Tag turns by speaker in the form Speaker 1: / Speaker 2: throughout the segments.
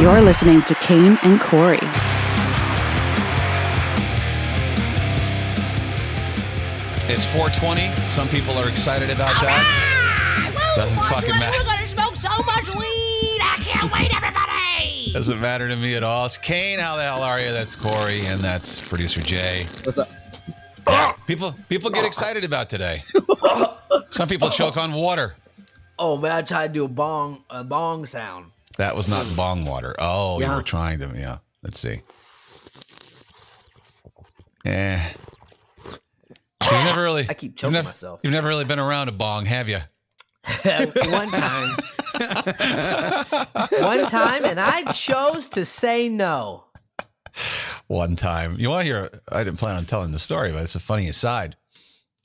Speaker 1: You're listening to Kane and Corey.
Speaker 2: It's 420. Some people are excited about that.
Speaker 3: Ah, woo,
Speaker 2: Doesn't
Speaker 3: boy,
Speaker 2: fucking
Speaker 3: we're-
Speaker 2: matter.
Speaker 3: We're gonna smoke so much weed. I can't wait, everybody.
Speaker 2: Doesn't matter to me at all. It's Kane. How the hell are you? That's Corey, and that's producer Jay.
Speaker 4: What's up?
Speaker 2: People, people get excited about today. Some people choke on water.
Speaker 4: Oh man, I tried to do a bong a bong sound.
Speaker 2: That was not bong water. Oh, you
Speaker 4: Yeah.
Speaker 2: were trying to. Yeah. Let's see. Eh. You've never really.
Speaker 4: I keep
Speaker 2: you've
Speaker 4: choking
Speaker 2: never,
Speaker 4: myself.
Speaker 2: you've never really been around a bong, have you?
Speaker 4: one time. one time and I chose to say no.
Speaker 2: one time. You want to hear? I didn't plan on telling the story, but it's a funny aside.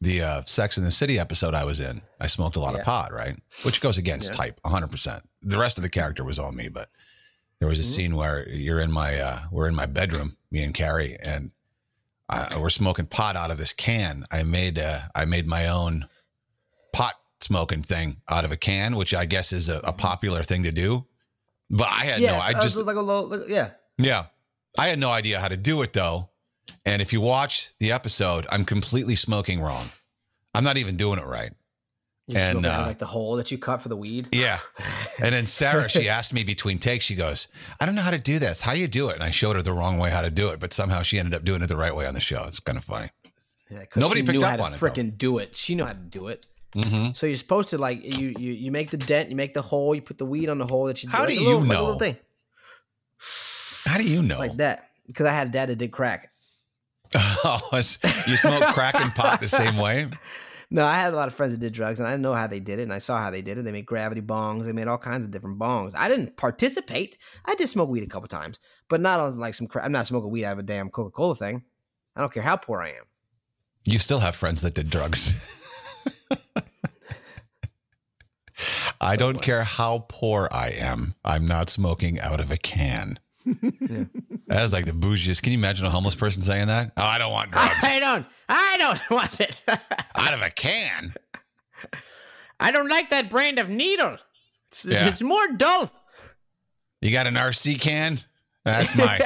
Speaker 2: The uh, Sex in the City episode I was in, I smoked a lot of
Speaker 4: Yeah.
Speaker 2: pot, right? Which goes against type 100%. The rest of the character was on me, but there
Speaker 4: Mm-hmm.
Speaker 2: was a scene where you're in my, uh, we're in my bedroom, me and Carrie, and I, we're smoking pot out of this can. I made, uh, I made my own pot smoking thing out of a can, which I guess is a, a popular thing to do. But I had no,
Speaker 4: Yes,
Speaker 2: I
Speaker 4: uh,
Speaker 2: just,
Speaker 4: so like a low like- yeah.
Speaker 2: yeah. I had no idea how to do it though. And if you watch the episode, I'm completely smoking wrong. I'm not even doing it right.
Speaker 4: You're
Speaker 2: And,
Speaker 4: smoking out of,
Speaker 2: uh,
Speaker 4: like the hole that you cut for the weed.
Speaker 2: Yeah. And then Sarah, she asked me between takes, she goes, I don't know how to do this. How do you do it? And I showed her the wrong way how to do it, but somehow she ended up doing it the right way on the show. It's kind of funny.
Speaker 4: Yeah, 'cause
Speaker 2: nobody
Speaker 4: she
Speaker 2: picked
Speaker 4: knew
Speaker 2: up
Speaker 4: how to
Speaker 2: on it, though.
Speaker 4: Freaking do it. She knew how to do it.
Speaker 2: Mm-hmm.
Speaker 4: So you're supposed to like you you you make the dent, you make the hole, you put the weed on the hole that you.
Speaker 2: How
Speaker 4: like
Speaker 2: do
Speaker 4: a
Speaker 2: you
Speaker 4: little, like a
Speaker 2: know?
Speaker 4: little thing
Speaker 2: How do you know?
Speaker 4: like that? Because I had a dad that did crack.
Speaker 2: oh, it's- you smoke crack and pot the same way?
Speaker 4: No, I had a lot of friends that did drugs, and I know how they did it, and I saw how they did it. They made gravity bongs, they made all kinds of different bongs. I didn't participate. I did smoke weed a couple times, but not on like some. Cra- I'm not smoking weed out of a damn Coca Cola thing. I don't care how poor I am.
Speaker 2: You still have friends that did drugs. I don't care how poor I am. I'm not smoking out of a can. That was like the bougiest. Can you imagine a homeless person saying that? Oh, I don't want drugs
Speaker 4: I don't. I don't want it.
Speaker 2: out of a can.
Speaker 4: I don't like that brand of needle. It's,
Speaker 2: Yeah. it's
Speaker 4: more dull.
Speaker 2: You got an RC can? That's my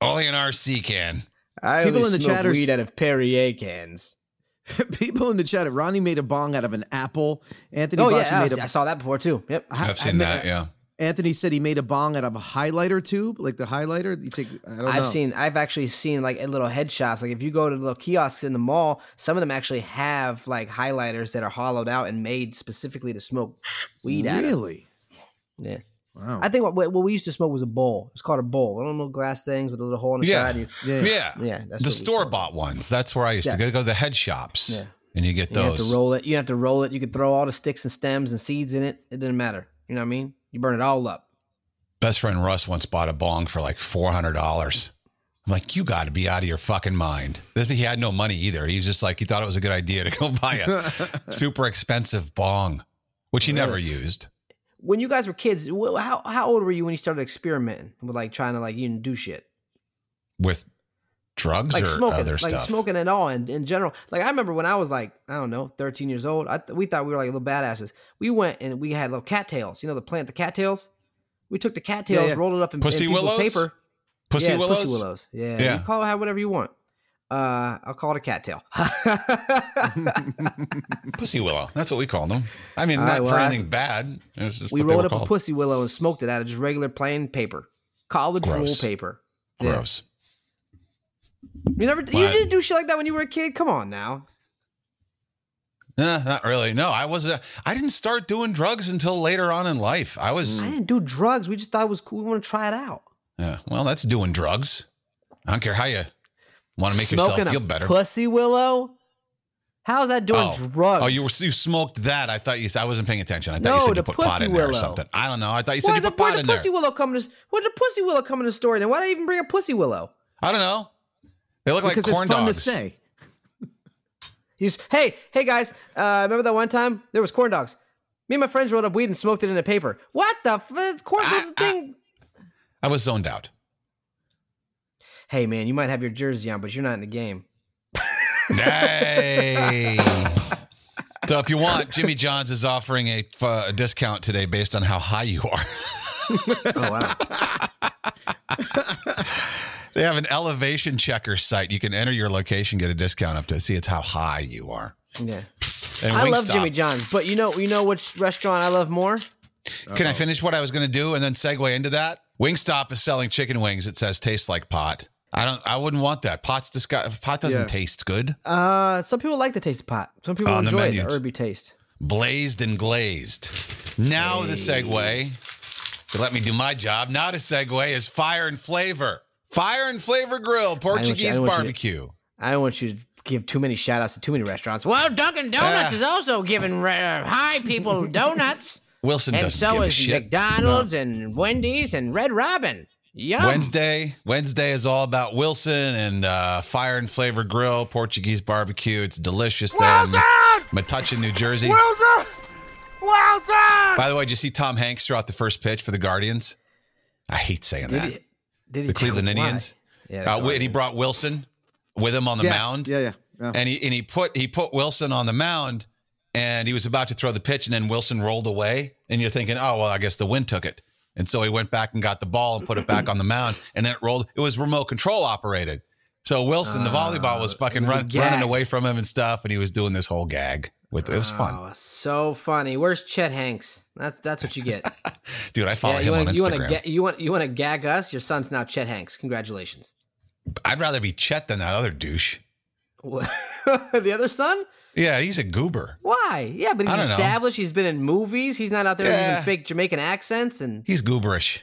Speaker 2: only an RC can.
Speaker 4: I
Speaker 5: People
Speaker 4: People
Speaker 5: in the
Speaker 4: smoke
Speaker 5: chat are-
Speaker 4: weed out of Perrier cans.
Speaker 5: People in the chat, Ronnie made a bong out of an apple. Anthony
Speaker 4: Oh
Speaker 5: Bosch
Speaker 4: yeah,
Speaker 5: made
Speaker 4: I, I saw that before too. Yep.
Speaker 5: a-
Speaker 2: I've seen
Speaker 5: I-
Speaker 2: that. Yeah.
Speaker 5: uh, Anthony said he made a bong out of a highlighter tube, like the highlighter that you take. I don't
Speaker 4: I've
Speaker 5: know.
Speaker 4: seen I've actually seen like at little head shops. Like if you go to little kiosks in the mall, some of them actually have like highlighters that are hollowed out and made specifically to smoke weed out of.
Speaker 5: Really?
Speaker 4: Yeah.
Speaker 5: Wow.
Speaker 4: I think what, what we used to smoke was a bowl. It's called a bowl. One of them little glass things with a little hole in the
Speaker 2: Yeah.
Speaker 4: side. You,
Speaker 5: yeah.
Speaker 2: Yeah.
Speaker 4: yeah, that's
Speaker 2: the
Speaker 4: what we
Speaker 2: store
Speaker 4: smoked.
Speaker 2: bought ones. That's where I used to
Speaker 4: Yeah.
Speaker 2: go. Go to the head shops.
Speaker 4: Yeah.
Speaker 2: And you get
Speaker 4: You have to
Speaker 2: those.
Speaker 4: roll it. You have to roll it. You could throw all the sticks and stems and seeds in it. It didn't matter. You know what I mean? You burn it all up.
Speaker 2: best friend Russ once bought a bong for like four hundred dollars. I'm like, you got to be out of your fucking mind. This he had no money either. He was just like, he thought it was a good idea to go buy a super expensive bong, which he never used.
Speaker 4: When you guys were kids, wh- how how old were you when you started experimenting with like trying to like you know, do shit?
Speaker 2: With drugs
Speaker 4: like
Speaker 2: or
Speaker 4: smoking,
Speaker 2: other
Speaker 4: like
Speaker 2: stuff.
Speaker 4: smoking at all in, in general. Like I remember when I was like, I don't know, 13 years old, I th- we thought we were like little badasses. We went and we had little cattails, you know, the plant, the cattails. We took the cattails,
Speaker 5: yeah.
Speaker 4: rolled it up in,
Speaker 2: Pussy
Speaker 4: in people's
Speaker 2: willows?
Speaker 4: paper.
Speaker 2: pussy,
Speaker 4: yeah,
Speaker 2: willows?
Speaker 4: pussy willows. Yeah,
Speaker 2: Yeah.
Speaker 4: you call it how- whatever you want. Uh, I'll call it a cattail.
Speaker 2: Pussy willow. That's what we called them. I mean,
Speaker 4: All
Speaker 2: not
Speaker 4: right, well,
Speaker 2: for
Speaker 4: I-
Speaker 2: anything bad. It was just
Speaker 4: we
Speaker 2: what they
Speaker 4: rolled
Speaker 2: were
Speaker 4: up a
Speaker 2: called.
Speaker 4: pussy willow and smoked it out of just regular plain paper, college roll
Speaker 2: Gross.
Speaker 4: paper. Yeah.
Speaker 2: Gross.
Speaker 4: You never, you
Speaker 2: Why-
Speaker 4: didn't do shit like that when you were a kid. Come on now.
Speaker 2: Eh, not really. No, I wasn't. I didn't start doing drugs until later on in life. I was.
Speaker 4: I didn't do drugs. We just thought it was cool. We want to try it out.
Speaker 2: Yeah. Well, that's doing drugs. I don't care how you want to make yourself
Speaker 4: a
Speaker 2: feel better.
Speaker 4: Pussy willow. How's that doing drugs?
Speaker 2: Oh, you were you smoked that? I thought you. I wasn't paying attention. I thought you
Speaker 4: No,
Speaker 2: said you
Speaker 4: the
Speaker 2: put pot
Speaker 4: pussy
Speaker 2: in there or
Speaker 4: willow.
Speaker 2: something. I don't know. I thought you said
Speaker 4: Why
Speaker 2: you
Speaker 4: the,
Speaker 2: put
Speaker 4: why
Speaker 2: pot
Speaker 4: the
Speaker 2: in there.
Speaker 4: pussy willow come to? s- Why did the pussy willow come in the story? Then why did I even bring a pussy willow?
Speaker 2: I don't know. They look like
Speaker 5: because
Speaker 2: corn
Speaker 5: it's fun
Speaker 2: dogs.
Speaker 5: to say.
Speaker 4: He's hey hey guys, uh, remember that one time there was corn dogs. Me and my friends rolled up weed and smoked it in a paper. What the f- uh, corn
Speaker 2: Ah,
Speaker 4: the
Speaker 2: ah.
Speaker 4: thing?
Speaker 2: I was zoned out.
Speaker 4: Hey man, you might have your jersey on, but you're not in the game.
Speaker 2: Hey. so if you want, Jimmy John's is offering a, uh, a discount today based on how high you are.
Speaker 4: Oh wow.
Speaker 2: They have an elevation checker site. You can enter your location, get a discount up to see it's how high you are.
Speaker 4: Yeah.
Speaker 2: And
Speaker 4: I love
Speaker 2: Wingstop-
Speaker 4: Jimmy John's, but you know, you know which restaurant I love more?
Speaker 2: Can I finish what I was going to do and then segue into that? Wingstop is selling chicken wings. It says taste like pot. I don't. I wouldn't want that. Pot's disgust. Pot doesn't
Speaker 5: Yeah.
Speaker 2: taste good.
Speaker 4: Uh, some people like the taste of pot. Some people
Speaker 2: On the
Speaker 4: enjoy the,
Speaker 2: menus.
Speaker 4: herby taste.
Speaker 2: Blazed and glazed. Now the segue. To let me do my job. Now the segue is fire and flavor. Fire and flavor grill Portuguese
Speaker 4: I want you-
Speaker 2: barbecue.
Speaker 4: I don't want you to give too many shout outs to too many restaurants. Well, Dunkin' Donuts
Speaker 2: Ah.
Speaker 4: is also giving re- uh, high people donuts,
Speaker 2: Wilson
Speaker 4: and
Speaker 2: doesn't
Speaker 4: so
Speaker 2: give a
Speaker 4: is
Speaker 2: shit.
Speaker 4: McDonald's and Wendy's and Red Robin. Yum.
Speaker 2: Wednesday. Wednesday is all about Wilson and uh, Fire and Flavor Grill, Portuguese barbecue. It's delicious there in Metuchen, New Jersey. By the way, did you see Tom Hanks throw out the first pitch for the Guardians? I hate saying
Speaker 4: Did
Speaker 2: that.
Speaker 4: he- did he
Speaker 2: The Cleveland
Speaker 4: why?
Speaker 2: Indians.
Speaker 4: Yeah,
Speaker 2: Uh,
Speaker 4: that's
Speaker 2: and he
Speaker 4: right.
Speaker 2: brought Wilson with him on the
Speaker 5: Yes.
Speaker 2: mound,
Speaker 5: Yeah, yeah. yeah.
Speaker 2: and he and he put he put Wilson on the mound, and he was about to throw the pitch, and then Wilson rolled away, and you're thinking, oh well, I guess the wind took it, and so he went back and got the ball and put it back on the mound, and then it rolled. It was remote control operated, so Wilson, the volleyball, was
Speaker 4: Ah,
Speaker 2: fucking
Speaker 4: it was a
Speaker 2: run,
Speaker 4: gag.
Speaker 2: running away from him and stuff, and he was doing this whole gag with it was fun,
Speaker 4: Oh, so funny. Where's Chet Hanks? That's that's what you get.
Speaker 2: dude. I follow
Speaker 4: yeah,
Speaker 2: him
Speaker 4: you
Speaker 2: on
Speaker 4: want
Speaker 2: Instagram.
Speaker 4: you want to get you want you want to gag us? Your son's now Chet Hanks. Congratulations.
Speaker 2: I'd rather be Chet than that other douche.
Speaker 4: What- the other son?
Speaker 2: Yeah, he's a goober.
Speaker 4: Why? Yeah, but
Speaker 2: I
Speaker 4: he's
Speaker 2: don't know.
Speaker 4: established. He's been in movies. He's not out there
Speaker 2: Yeah.
Speaker 4: using fake Jamaican accents. And
Speaker 2: He's gooberish.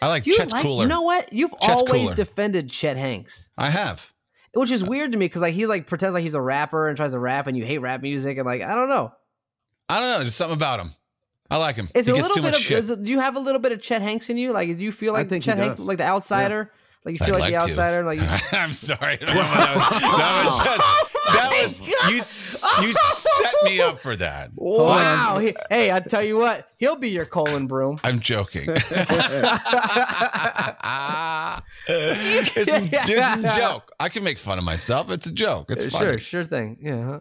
Speaker 2: I like
Speaker 4: you
Speaker 2: Chet's
Speaker 4: like,
Speaker 2: cooler.
Speaker 4: you know what? You've
Speaker 2: Chet's
Speaker 4: always
Speaker 2: cooler.
Speaker 4: defended Chet Hanks,
Speaker 2: I have.
Speaker 4: which is weird to me because like he like pretends like he's a rapper and tries to rap, and you hate rap music, and like I don't know.
Speaker 2: I don't know. There's something about him. I like him.
Speaker 4: It's
Speaker 2: he
Speaker 4: a
Speaker 2: gets
Speaker 4: little
Speaker 2: too
Speaker 4: bit
Speaker 2: much
Speaker 4: of.
Speaker 2: shit.
Speaker 4: Is it, do you have a little bit of Chet Hanks in you? Like, do you feel
Speaker 5: I
Speaker 4: like
Speaker 5: think he
Speaker 4: Chet Hanks,
Speaker 5: does.
Speaker 4: like the outsider? Like you
Speaker 2: I'd
Speaker 4: feel like,
Speaker 2: like
Speaker 4: the
Speaker 2: to.
Speaker 4: outsider? and, Like you,
Speaker 2: I'm sorry. That was,
Speaker 4: Oh
Speaker 2: that was, that was you. s- You set me up for that.
Speaker 4: wow. He- hey, I tell you what, he'll be your colon broom.
Speaker 2: I'm joking. it's, a, it's a joke. I can make fun of myself. It's a joke. It's funny.
Speaker 4: Sure, sure thing. Yeah. huh?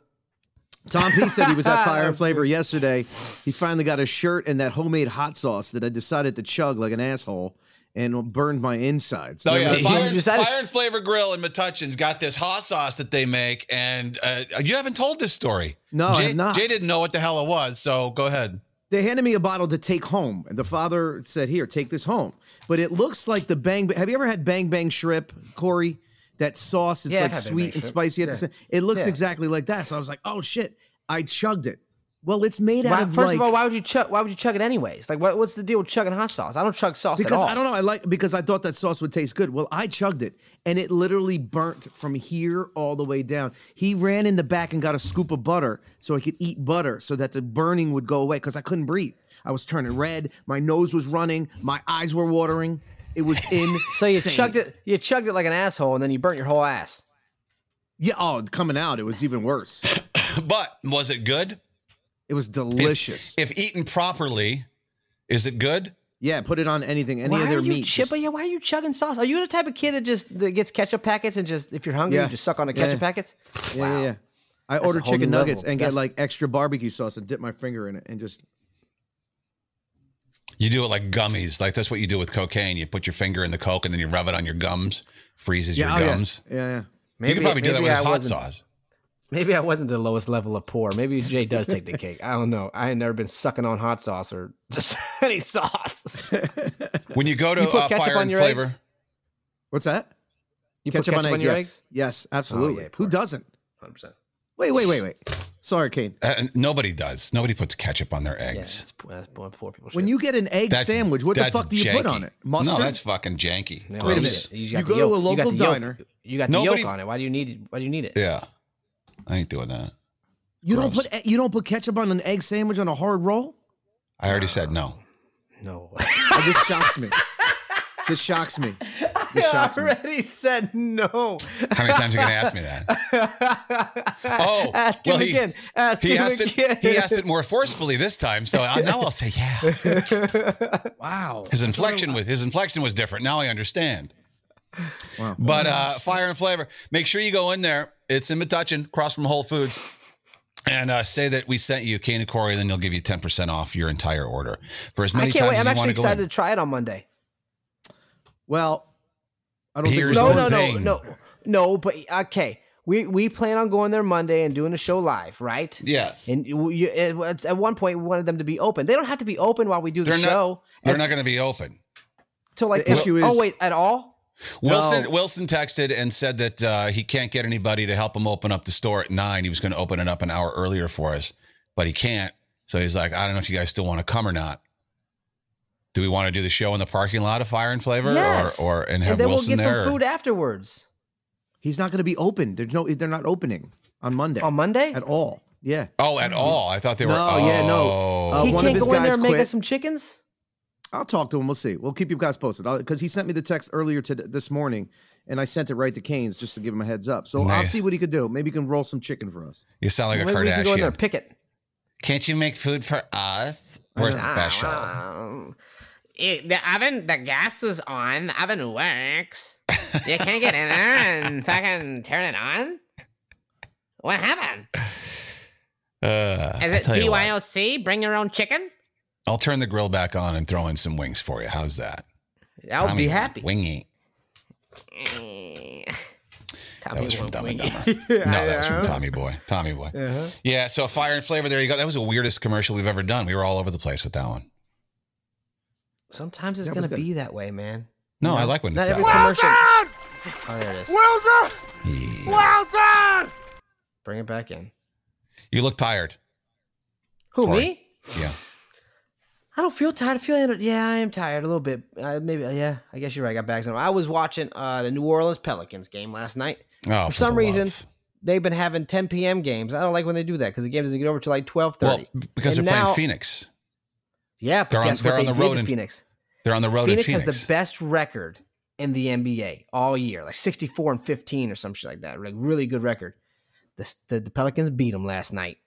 Speaker 5: Tom P said he was at Fire and Flavor yesterday. He finally got a shirt and that homemade hot sauce that I decided to chug like an asshole and burned my insides.
Speaker 2: Oh yeah,
Speaker 5: Remember that
Speaker 4: you
Speaker 5: song?
Speaker 2: Fire,
Speaker 4: decided-
Speaker 2: Fire and Flavor Grill in Metuchen's got this hot sauce that they make, and uh, you haven't told this story.
Speaker 5: No, I
Speaker 2: Jay,
Speaker 5: have not.
Speaker 2: Jay didn't know what the hell it was, so go ahead.
Speaker 5: They handed me a bottle to take home, and the father said, "Here, take this home." But it looks like the bang. Have you ever had bang bang shrimp, Corey? That sauce, it's
Speaker 4: Yeah, I've
Speaker 5: like
Speaker 4: had Bang Bang
Speaker 5: sweet and
Speaker 4: shrimp.
Speaker 5: spicy. At the
Speaker 4: Yeah.
Speaker 5: same, it looks
Speaker 4: Yeah.
Speaker 5: exactly like that. So I was like, "Oh shit!" I chugged it. Well, it's made out
Speaker 4: Why,
Speaker 5: of
Speaker 4: first
Speaker 5: like,
Speaker 4: of all, why would you chug? Why would you chug it anyways? Like, what, what's the deal with chugging hot sauce? I don't chug sauce at
Speaker 5: because
Speaker 4: all.
Speaker 5: I don't know. I like because I thought that sauce would taste good. Well, I chugged it, and it literally burnt from here all the way down. He ran in the back and got a scoop of butter so I could eat butter so that the burning would go away because I couldn't breathe. I was turning red. My nose was running. My eyes were watering. It was in.
Speaker 4: So you chugged it. You chugged it like an asshole, and then you burnt your whole ass.
Speaker 5: Yeah. Oh, coming out, it was even worse.
Speaker 2: But was it good?
Speaker 5: It was delicious.
Speaker 2: If eaten properly, is it good?
Speaker 5: yeah. Put it on anything, any
Speaker 4: why
Speaker 5: of their
Speaker 4: are you
Speaker 5: meat.
Speaker 4: chip-
Speaker 5: just-
Speaker 4: yeah, why are you chugging sauce? Are you the type of kid that just that gets ketchup packets and just if you're hungry,
Speaker 5: Yeah.
Speaker 4: you just suck on the
Speaker 5: Yeah.
Speaker 4: ketchup packets?
Speaker 5: yeah, yeah, yeah. I
Speaker 4: a
Speaker 5: order
Speaker 4: whole
Speaker 5: chicken
Speaker 4: new
Speaker 5: nuggets
Speaker 4: level.
Speaker 5: and get
Speaker 4: That's-
Speaker 5: like extra barbecue sauce and dip my finger in it and just
Speaker 2: You do it like gummies. Like that's what you do with cocaine. You put your finger in the coke and then you rub it on your gums, freezes
Speaker 5: yeah, oh,
Speaker 2: your
Speaker 5: yeah.
Speaker 2: gums.
Speaker 5: yeah, yeah.
Speaker 2: you could probably do that
Speaker 4: maybe
Speaker 2: with this
Speaker 4: I
Speaker 2: hot
Speaker 4: wasn't-
Speaker 2: sauce.
Speaker 4: Maybe I wasn't the lowest level of poor. Maybe Jay does take the cake. I don't know. I had never been sucking on hot sauce or just any sauce. You
Speaker 2: When you go to
Speaker 4: You put
Speaker 2: uh,
Speaker 4: ketchup
Speaker 2: Fire
Speaker 4: on
Speaker 2: and
Speaker 4: your
Speaker 2: Flavor,
Speaker 4: eggs?
Speaker 5: What's that?
Speaker 4: put ketchup on, your
Speaker 5: yes.
Speaker 4: eggs?
Speaker 5: Yes,
Speaker 2: Oh,
Speaker 5: absolutely.
Speaker 4: yeah, of
Speaker 5: Who
Speaker 4: course.
Speaker 5: doesn't?
Speaker 4: 100%.
Speaker 5: Wait, wait, wait, wait. Sorry, Kane.
Speaker 2: uh, nobody does. Nobody puts ketchup on their
Speaker 4: Yeah,
Speaker 2: eggs.
Speaker 4: that's, poor- that's poor, poor people.
Speaker 5: When
Speaker 4: shit.
Speaker 5: you get an egg
Speaker 2: That's-
Speaker 5: sandwich, what the
Speaker 2: that's
Speaker 5: fuck do you put
Speaker 2: janky.
Speaker 5: on it? Mustard.
Speaker 2: No, that's fucking janky.
Speaker 4: No,
Speaker 5: Wait
Speaker 4: you
Speaker 5: a minute.
Speaker 4: got- You,
Speaker 5: You
Speaker 4: got the
Speaker 5: go to
Speaker 4: yolk.
Speaker 5: a
Speaker 4: you got
Speaker 5: local
Speaker 4: the yolk.
Speaker 5: diner.
Speaker 4: You got the
Speaker 2: Nobody-
Speaker 4: yolk on it. Why do you need? Why do you need it?
Speaker 2: Yeah, I ain't doing that.
Speaker 5: you don't
Speaker 2: gross.
Speaker 5: put e-, you don't put ketchup on an egg sandwich on a hard roll.
Speaker 2: I already said no.
Speaker 4: No.
Speaker 5: Oh, this shocks me. This shocks me. This
Speaker 4: I
Speaker 5: shocks me.
Speaker 4: already said no.
Speaker 2: How many times are you gonna ask me that? Oh,
Speaker 4: ask him
Speaker 2: well, he-
Speaker 4: again. Ask
Speaker 2: He
Speaker 4: him
Speaker 2: asked it.
Speaker 4: again.
Speaker 2: He asked it more forcefully this time, so I, now I'll say yeah.
Speaker 5: Wow.
Speaker 2: His inflection was his inflection was different. Now I understand.
Speaker 5: Wow.
Speaker 2: But uh, fire and flavor. Make sure you go in there. It's in Metuchen, across from Whole Foods. and uh, say that we sent you Kane and Corey, then they'll give you ten percent off your entire order for as many
Speaker 4: I can't
Speaker 2: times
Speaker 4: wait.
Speaker 2: as
Speaker 4: I'm
Speaker 2: you want
Speaker 4: actually
Speaker 2: to go. in.
Speaker 4: excited to try it on Monday.
Speaker 5: Well, I don't
Speaker 2: Here's
Speaker 5: think
Speaker 4: No,
Speaker 2: the
Speaker 4: no,
Speaker 5: we're done.
Speaker 4: no,
Speaker 2: thing.
Speaker 4: no, no. But okay, we we plan on going there Monday and doing the show live, right?
Speaker 2: Yes,
Speaker 4: And you, you, at at one point, we wanted them to be open. They don't have to be open while we do the
Speaker 2: They're not-
Speaker 4: show.
Speaker 2: they're not going to be open.
Speaker 4: to like.
Speaker 5: The
Speaker 4: ten-
Speaker 5: issue
Speaker 4: oh
Speaker 5: is-
Speaker 4: wait, at all?
Speaker 2: Wilson Wilson texted and said that uh, he can't get anybody to help him open up the store at nine. He was going to open it up an hour earlier for us, but he can't. So he's like, I don't know if you guys still want to come or not. Do we want to do the show in the parking lot of Fire and Flavor,
Speaker 4: Yes.
Speaker 2: or or and have
Speaker 4: And then
Speaker 2: Wilson
Speaker 4: we'll get
Speaker 2: there?
Speaker 4: some food afterwards
Speaker 5: He's not going to be open. There's no. They're not opening on Monday
Speaker 2: Um,
Speaker 4: on Monday.
Speaker 5: at all. Yeah.
Speaker 2: oh, at all? I thought they were.
Speaker 5: No, yeah, no.
Speaker 2: oh.
Speaker 5: Uh,
Speaker 4: he
Speaker 5: one of
Speaker 4: can't
Speaker 5: his
Speaker 4: go in
Speaker 5: guys
Speaker 4: there and make
Speaker 5: quit.
Speaker 4: us some chickens.
Speaker 5: I'll talk to him. We'll see. We'll keep you guys posted because he sent me the text earlier to this morning, and I sent it right to Canes just to give him a heads up. So I'll
Speaker 2: Nice.
Speaker 5: see what he could do. Maybe he can roll some chicken for us.
Speaker 2: you sound like a
Speaker 4: Maybe we can go in there
Speaker 2: Kardashian.
Speaker 4: and pick it.
Speaker 2: Can't you make food for us? We're
Speaker 4: Ah.
Speaker 2: special.
Speaker 3: Um, it- the oven, the gas is on. The oven works. You can't get in there and fucking turn it on. What happened?
Speaker 2: Uh, I'll
Speaker 3: Is it
Speaker 2: tell you what.
Speaker 3: BYOC? Bring your own chicken?
Speaker 2: I'll turn the grill back on and throw in some wings for you. How's that?
Speaker 4: I'll
Speaker 2: Tommy
Speaker 4: be
Speaker 2: wing-
Speaker 4: happy.
Speaker 2: Wingy.
Speaker 3: Tommy
Speaker 2: That was from Dumb and Dumber.
Speaker 4: Yeah,
Speaker 2: No, that was
Speaker 4: I
Speaker 2: from
Speaker 4: know.
Speaker 2: Tommy Boy. Tommy Boy.
Speaker 4: Uh-huh.
Speaker 2: Yeah, so Fire and Flavor, there you go. That was the weirdest commercial we've ever done. We were all over the place with that one.
Speaker 4: Sometimes it's
Speaker 5: That was
Speaker 4: gonna
Speaker 5: good.
Speaker 4: be that way, man.
Speaker 2: No, I like when
Speaker 4: Not
Speaker 2: it's
Speaker 4: every
Speaker 2: that way.
Speaker 4: commercial. Oh, there it is.
Speaker 2: Yeah.
Speaker 4: Bring it back in.
Speaker 2: You look tired.
Speaker 4: Who
Speaker 2: Sorry.
Speaker 4: me?
Speaker 2: Yeah.
Speaker 4: I don't feel tired. I feel ener- yeah, I am tired a little bit. Uh, maybe yeah. I guess you're right. I got bags. on. I was watching uh, the New Orleans Pelicans game last night.
Speaker 2: Oh,
Speaker 4: For some
Speaker 2: the
Speaker 4: reason,
Speaker 2: love.
Speaker 4: They've been having 10 p.m. games. I don't like when they do that because the game doesn't get over till like 12:30.
Speaker 2: Well, because
Speaker 4: And
Speaker 2: they're
Speaker 4: now-
Speaker 2: playing Phoenix.
Speaker 4: yeah, but
Speaker 2: they're on-
Speaker 4: guess
Speaker 2: they're
Speaker 4: what
Speaker 2: on
Speaker 4: they
Speaker 2: the
Speaker 4: did
Speaker 2: road
Speaker 4: to
Speaker 2: in-
Speaker 4: Phoenix.
Speaker 2: They're on the road
Speaker 4: Phoenix
Speaker 2: in Phoenix.
Speaker 4: has the best record in the NBA all year, like 64 and 15 or some shit like that. Like really good record. The, the, the Pelicans beat them last night.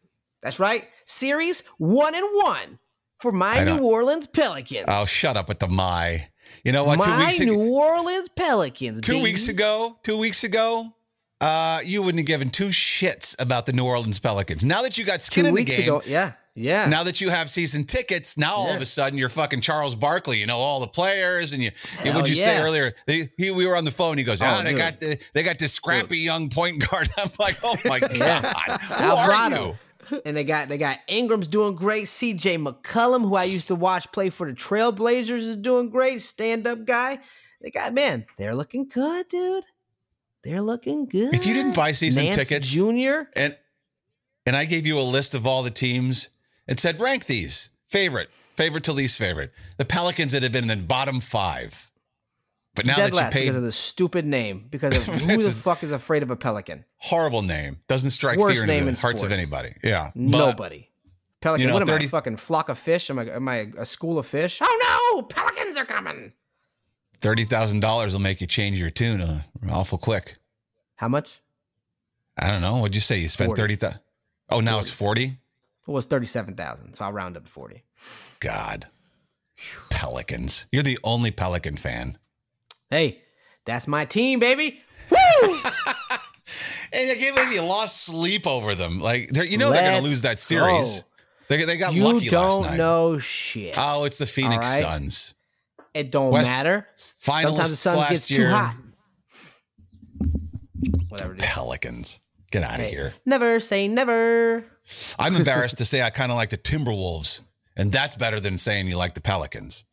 Speaker 4: That's right. Series one and one for my
Speaker 2: I
Speaker 4: New
Speaker 2: don't-
Speaker 4: Orleans Pelicans.
Speaker 2: oh, shut up with the my. You know what? Two
Speaker 4: my
Speaker 2: weeks
Speaker 4: New
Speaker 2: ago,
Speaker 4: Orleans Pelicans.
Speaker 2: two
Speaker 4: baby.
Speaker 2: weeks ago, two weeks ago, uh, you wouldn't have given two shits about the New Orleans Pelicans. Now that you got skin
Speaker 4: Two
Speaker 2: in the
Speaker 4: weeks
Speaker 2: game,
Speaker 4: ago. Yeah. Yeah.
Speaker 2: Now that you have season tickets, now all
Speaker 4: Yeah.
Speaker 2: of a sudden you're fucking Charles Barkley. You know all the players, and you.
Speaker 4: Hell
Speaker 2: what'd you say
Speaker 4: yeah.
Speaker 2: earlier? They, he, we were on the phone. He goes,
Speaker 4: Oh,
Speaker 2: "Ah, they
Speaker 4: dude.
Speaker 2: got the, they got this scrappy young point guard." I'm like, "Oh my god, who are
Speaker 4: Alvarado.
Speaker 2: you?"
Speaker 4: And they got they got Ingram's doing great. CJ McCullum, who I used to watch play for the Trailblazers, is doing great. Stand up guy. They got man, they're looking good, dude. They're looking good.
Speaker 2: If you didn't buy season
Speaker 4: Nance
Speaker 2: tickets-
Speaker 4: Junior.
Speaker 2: And and I gave you a list of all the teams and said, "Rank these: favorite, favorite to least favorite." The Pelicans that had been in the bottom five, but now
Speaker 4: Dead
Speaker 2: that you
Speaker 4: last because
Speaker 2: paid
Speaker 4: of the stupid name. Because of who the
Speaker 2: That's a-
Speaker 4: fuck is afraid of a pelican?
Speaker 2: horrible name, doesn't strike
Speaker 4: Worst
Speaker 2: fear
Speaker 4: name
Speaker 2: into
Speaker 4: in
Speaker 2: the hearts of
Speaker 4: sports.
Speaker 2: anybody. Yeah, but-
Speaker 4: Nobody. Pelican.
Speaker 2: You know,
Speaker 4: what am
Speaker 2: 30
Speaker 4: I? A fucking flock of fish? Am I? Am I a school of fish?
Speaker 3: Oh no! Pelicans are coming.
Speaker 2: Thirty thousand dollars will make you change your tune uh, awful quick.
Speaker 4: How much?
Speaker 2: I don't know. What'd you say? You spent
Speaker 4: 40.
Speaker 2: thirty thousand. Oh, now it's forty.
Speaker 4: It was thirty-seven thousand. So I'll round up to forty.
Speaker 2: God, Pelicans. You're the only Pelican fan.
Speaker 4: Hey, that's my team, baby.
Speaker 2: And I can't believe you lost sleep over them. Like they're, you know they're going
Speaker 4: Let's
Speaker 2: to lose that series.
Speaker 4: go.
Speaker 2: They, they got
Speaker 4: you
Speaker 2: lucky
Speaker 4: don't
Speaker 2: last night.
Speaker 4: know shit.
Speaker 2: Oh, it's the Phoenix
Speaker 4: All right.
Speaker 2: Suns.
Speaker 4: it don't
Speaker 2: West-
Speaker 4: matter. Sometimes the
Speaker 2: finalists
Speaker 4: sun
Speaker 2: last
Speaker 4: gets
Speaker 2: year.
Speaker 4: too hot. Whatever. Dude.
Speaker 2: Pelicans. Get out of here.
Speaker 4: Never say never.
Speaker 2: I'm embarrassed to say I kind of like the Timberwolves, and that's better than saying you like the Pelicans.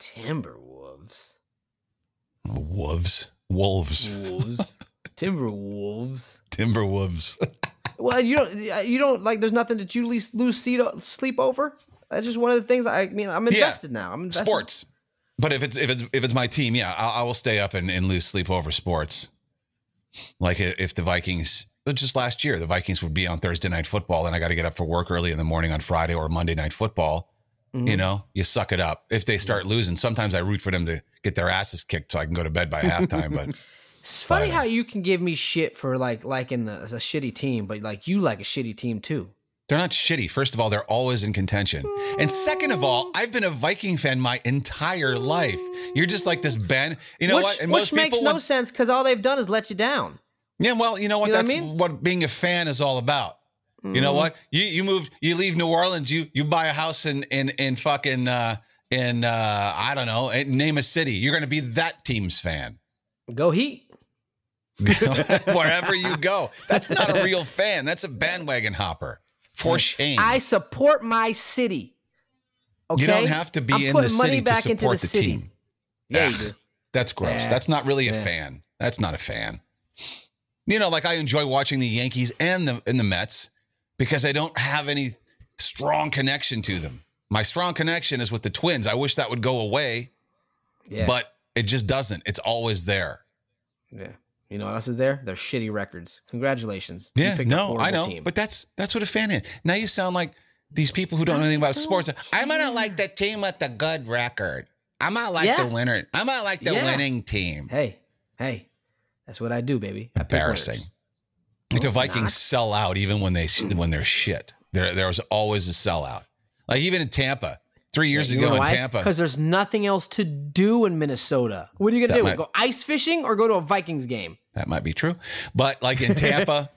Speaker 4: Timberwolves.
Speaker 2: Wolves, wolves,
Speaker 4: Wolves. Timberwolves.
Speaker 2: Timberwolves.
Speaker 4: Well, you don't. uh, You don't like. There's nothing that you least lose seat, sleep over. That's just one of the things. I mean, I'm invested now. I'm invested.
Speaker 2: sports. But if it's if it's if it's my team, yeah, I, I will stay up and, and lose sleep over sports. Like i- if the Vikings, but just last year, the Vikings would be on Thursday night football, and I got to get up for work early in the morning on Friday or Monday night football.
Speaker 4: Mm-hmm.
Speaker 2: You know, you suck it up. If they start losing, sometimes I root for them to get their asses kicked so I can go to bed by halftime. But
Speaker 4: It's funny
Speaker 2: Fine.
Speaker 4: how you can give me shit for like liking a, a shitty team, but like you like a shitty team too.
Speaker 2: they're not shitty. First of all, they're always in contention, and second of all, I've been a Viking fan my entire life. You're just like this Ben. You know
Speaker 4: which
Speaker 2: what? And
Speaker 4: which makes
Speaker 2: people
Speaker 4: no
Speaker 2: want-
Speaker 4: sense because all they've done is let you down.
Speaker 2: Yeah, well, you know what?
Speaker 4: You know what I
Speaker 2: That's
Speaker 4: mean?
Speaker 2: what being a fan is all about. You know what? You you move you leave New Orleans, you you buy a house in in in fucking uh in uh I don't know, in- name a city. You're going to be that team's fan.
Speaker 4: Go Heat.
Speaker 2: Wherever you go. That's not a real fan. That's a bandwagon hopper. For shame.
Speaker 4: I support my city. Okay?
Speaker 2: Mm. You don't have to be
Speaker 4: I'm
Speaker 2: in
Speaker 4: putting
Speaker 2: the
Speaker 4: money
Speaker 2: city
Speaker 4: back
Speaker 2: to
Speaker 4: into
Speaker 2: support
Speaker 4: the
Speaker 2: the,
Speaker 4: city.
Speaker 2: team.
Speaker 4: Yeah,
Speaker 2: Ugh,
Speaker 4: you do.
Speaker 2: That's gross.
Speaker 4: Yeah.
Speaker 2: That's not really a
Speaker 4: Yeah.
Speaker 2: fan. That's not a fan. You know, like I enjoy watching the Yankees and the and the Mets because I don't have any strong connection to them. My strong connection is with the Twins. I wish that would go away,
Speaker 4: Yeah.
Speaker 2: but it just doesn't. It's always there.
Speaker 4: yeah. You know what else is there? They're shitty records. Congratulations. You
Speaker 2: Yeah,
Speaker 4: picked a
Speaker 2: no, I
Speaker 4: horrible
Speaker 2: know,
Speaker 4: team.
Speaker 2: but that's that's what a fan is. Now you sound like these people who don't know anything about
Speaker 4: Oh,
Speaker 2: sports. I'm gonna like the team with the good record. I'm not like
Speaker 4: Yeah.
Speaker 2: the winner. I'm not like the
Speaker 4: Yeah.
Speaker 2: winning team.
Speaker 4: hey, hey, that's what I do, baby. I pick
Speaker 2: Embarrassing.
Speaker 4: winners. Oh,
Speaker 2: the Vikings sell out even when they when they're shit. There there was always a sellout. Like even in Tampa, three years
Speaker 4: You
Speaker 2: ago
Speaker 4: know
Speaker 2: in
Speaker 4: why?
Speaker 2: Tampa,
Speaker 4: Because there's nothing else to do in Minnesota. What are you gonna
Speaker 2: That
Speaker 4: do?
Speaker 2: might-
Speaker 4: Go ice fishing or go to a Vikings game?
Speaker 2: that might be true. But like in Tampa,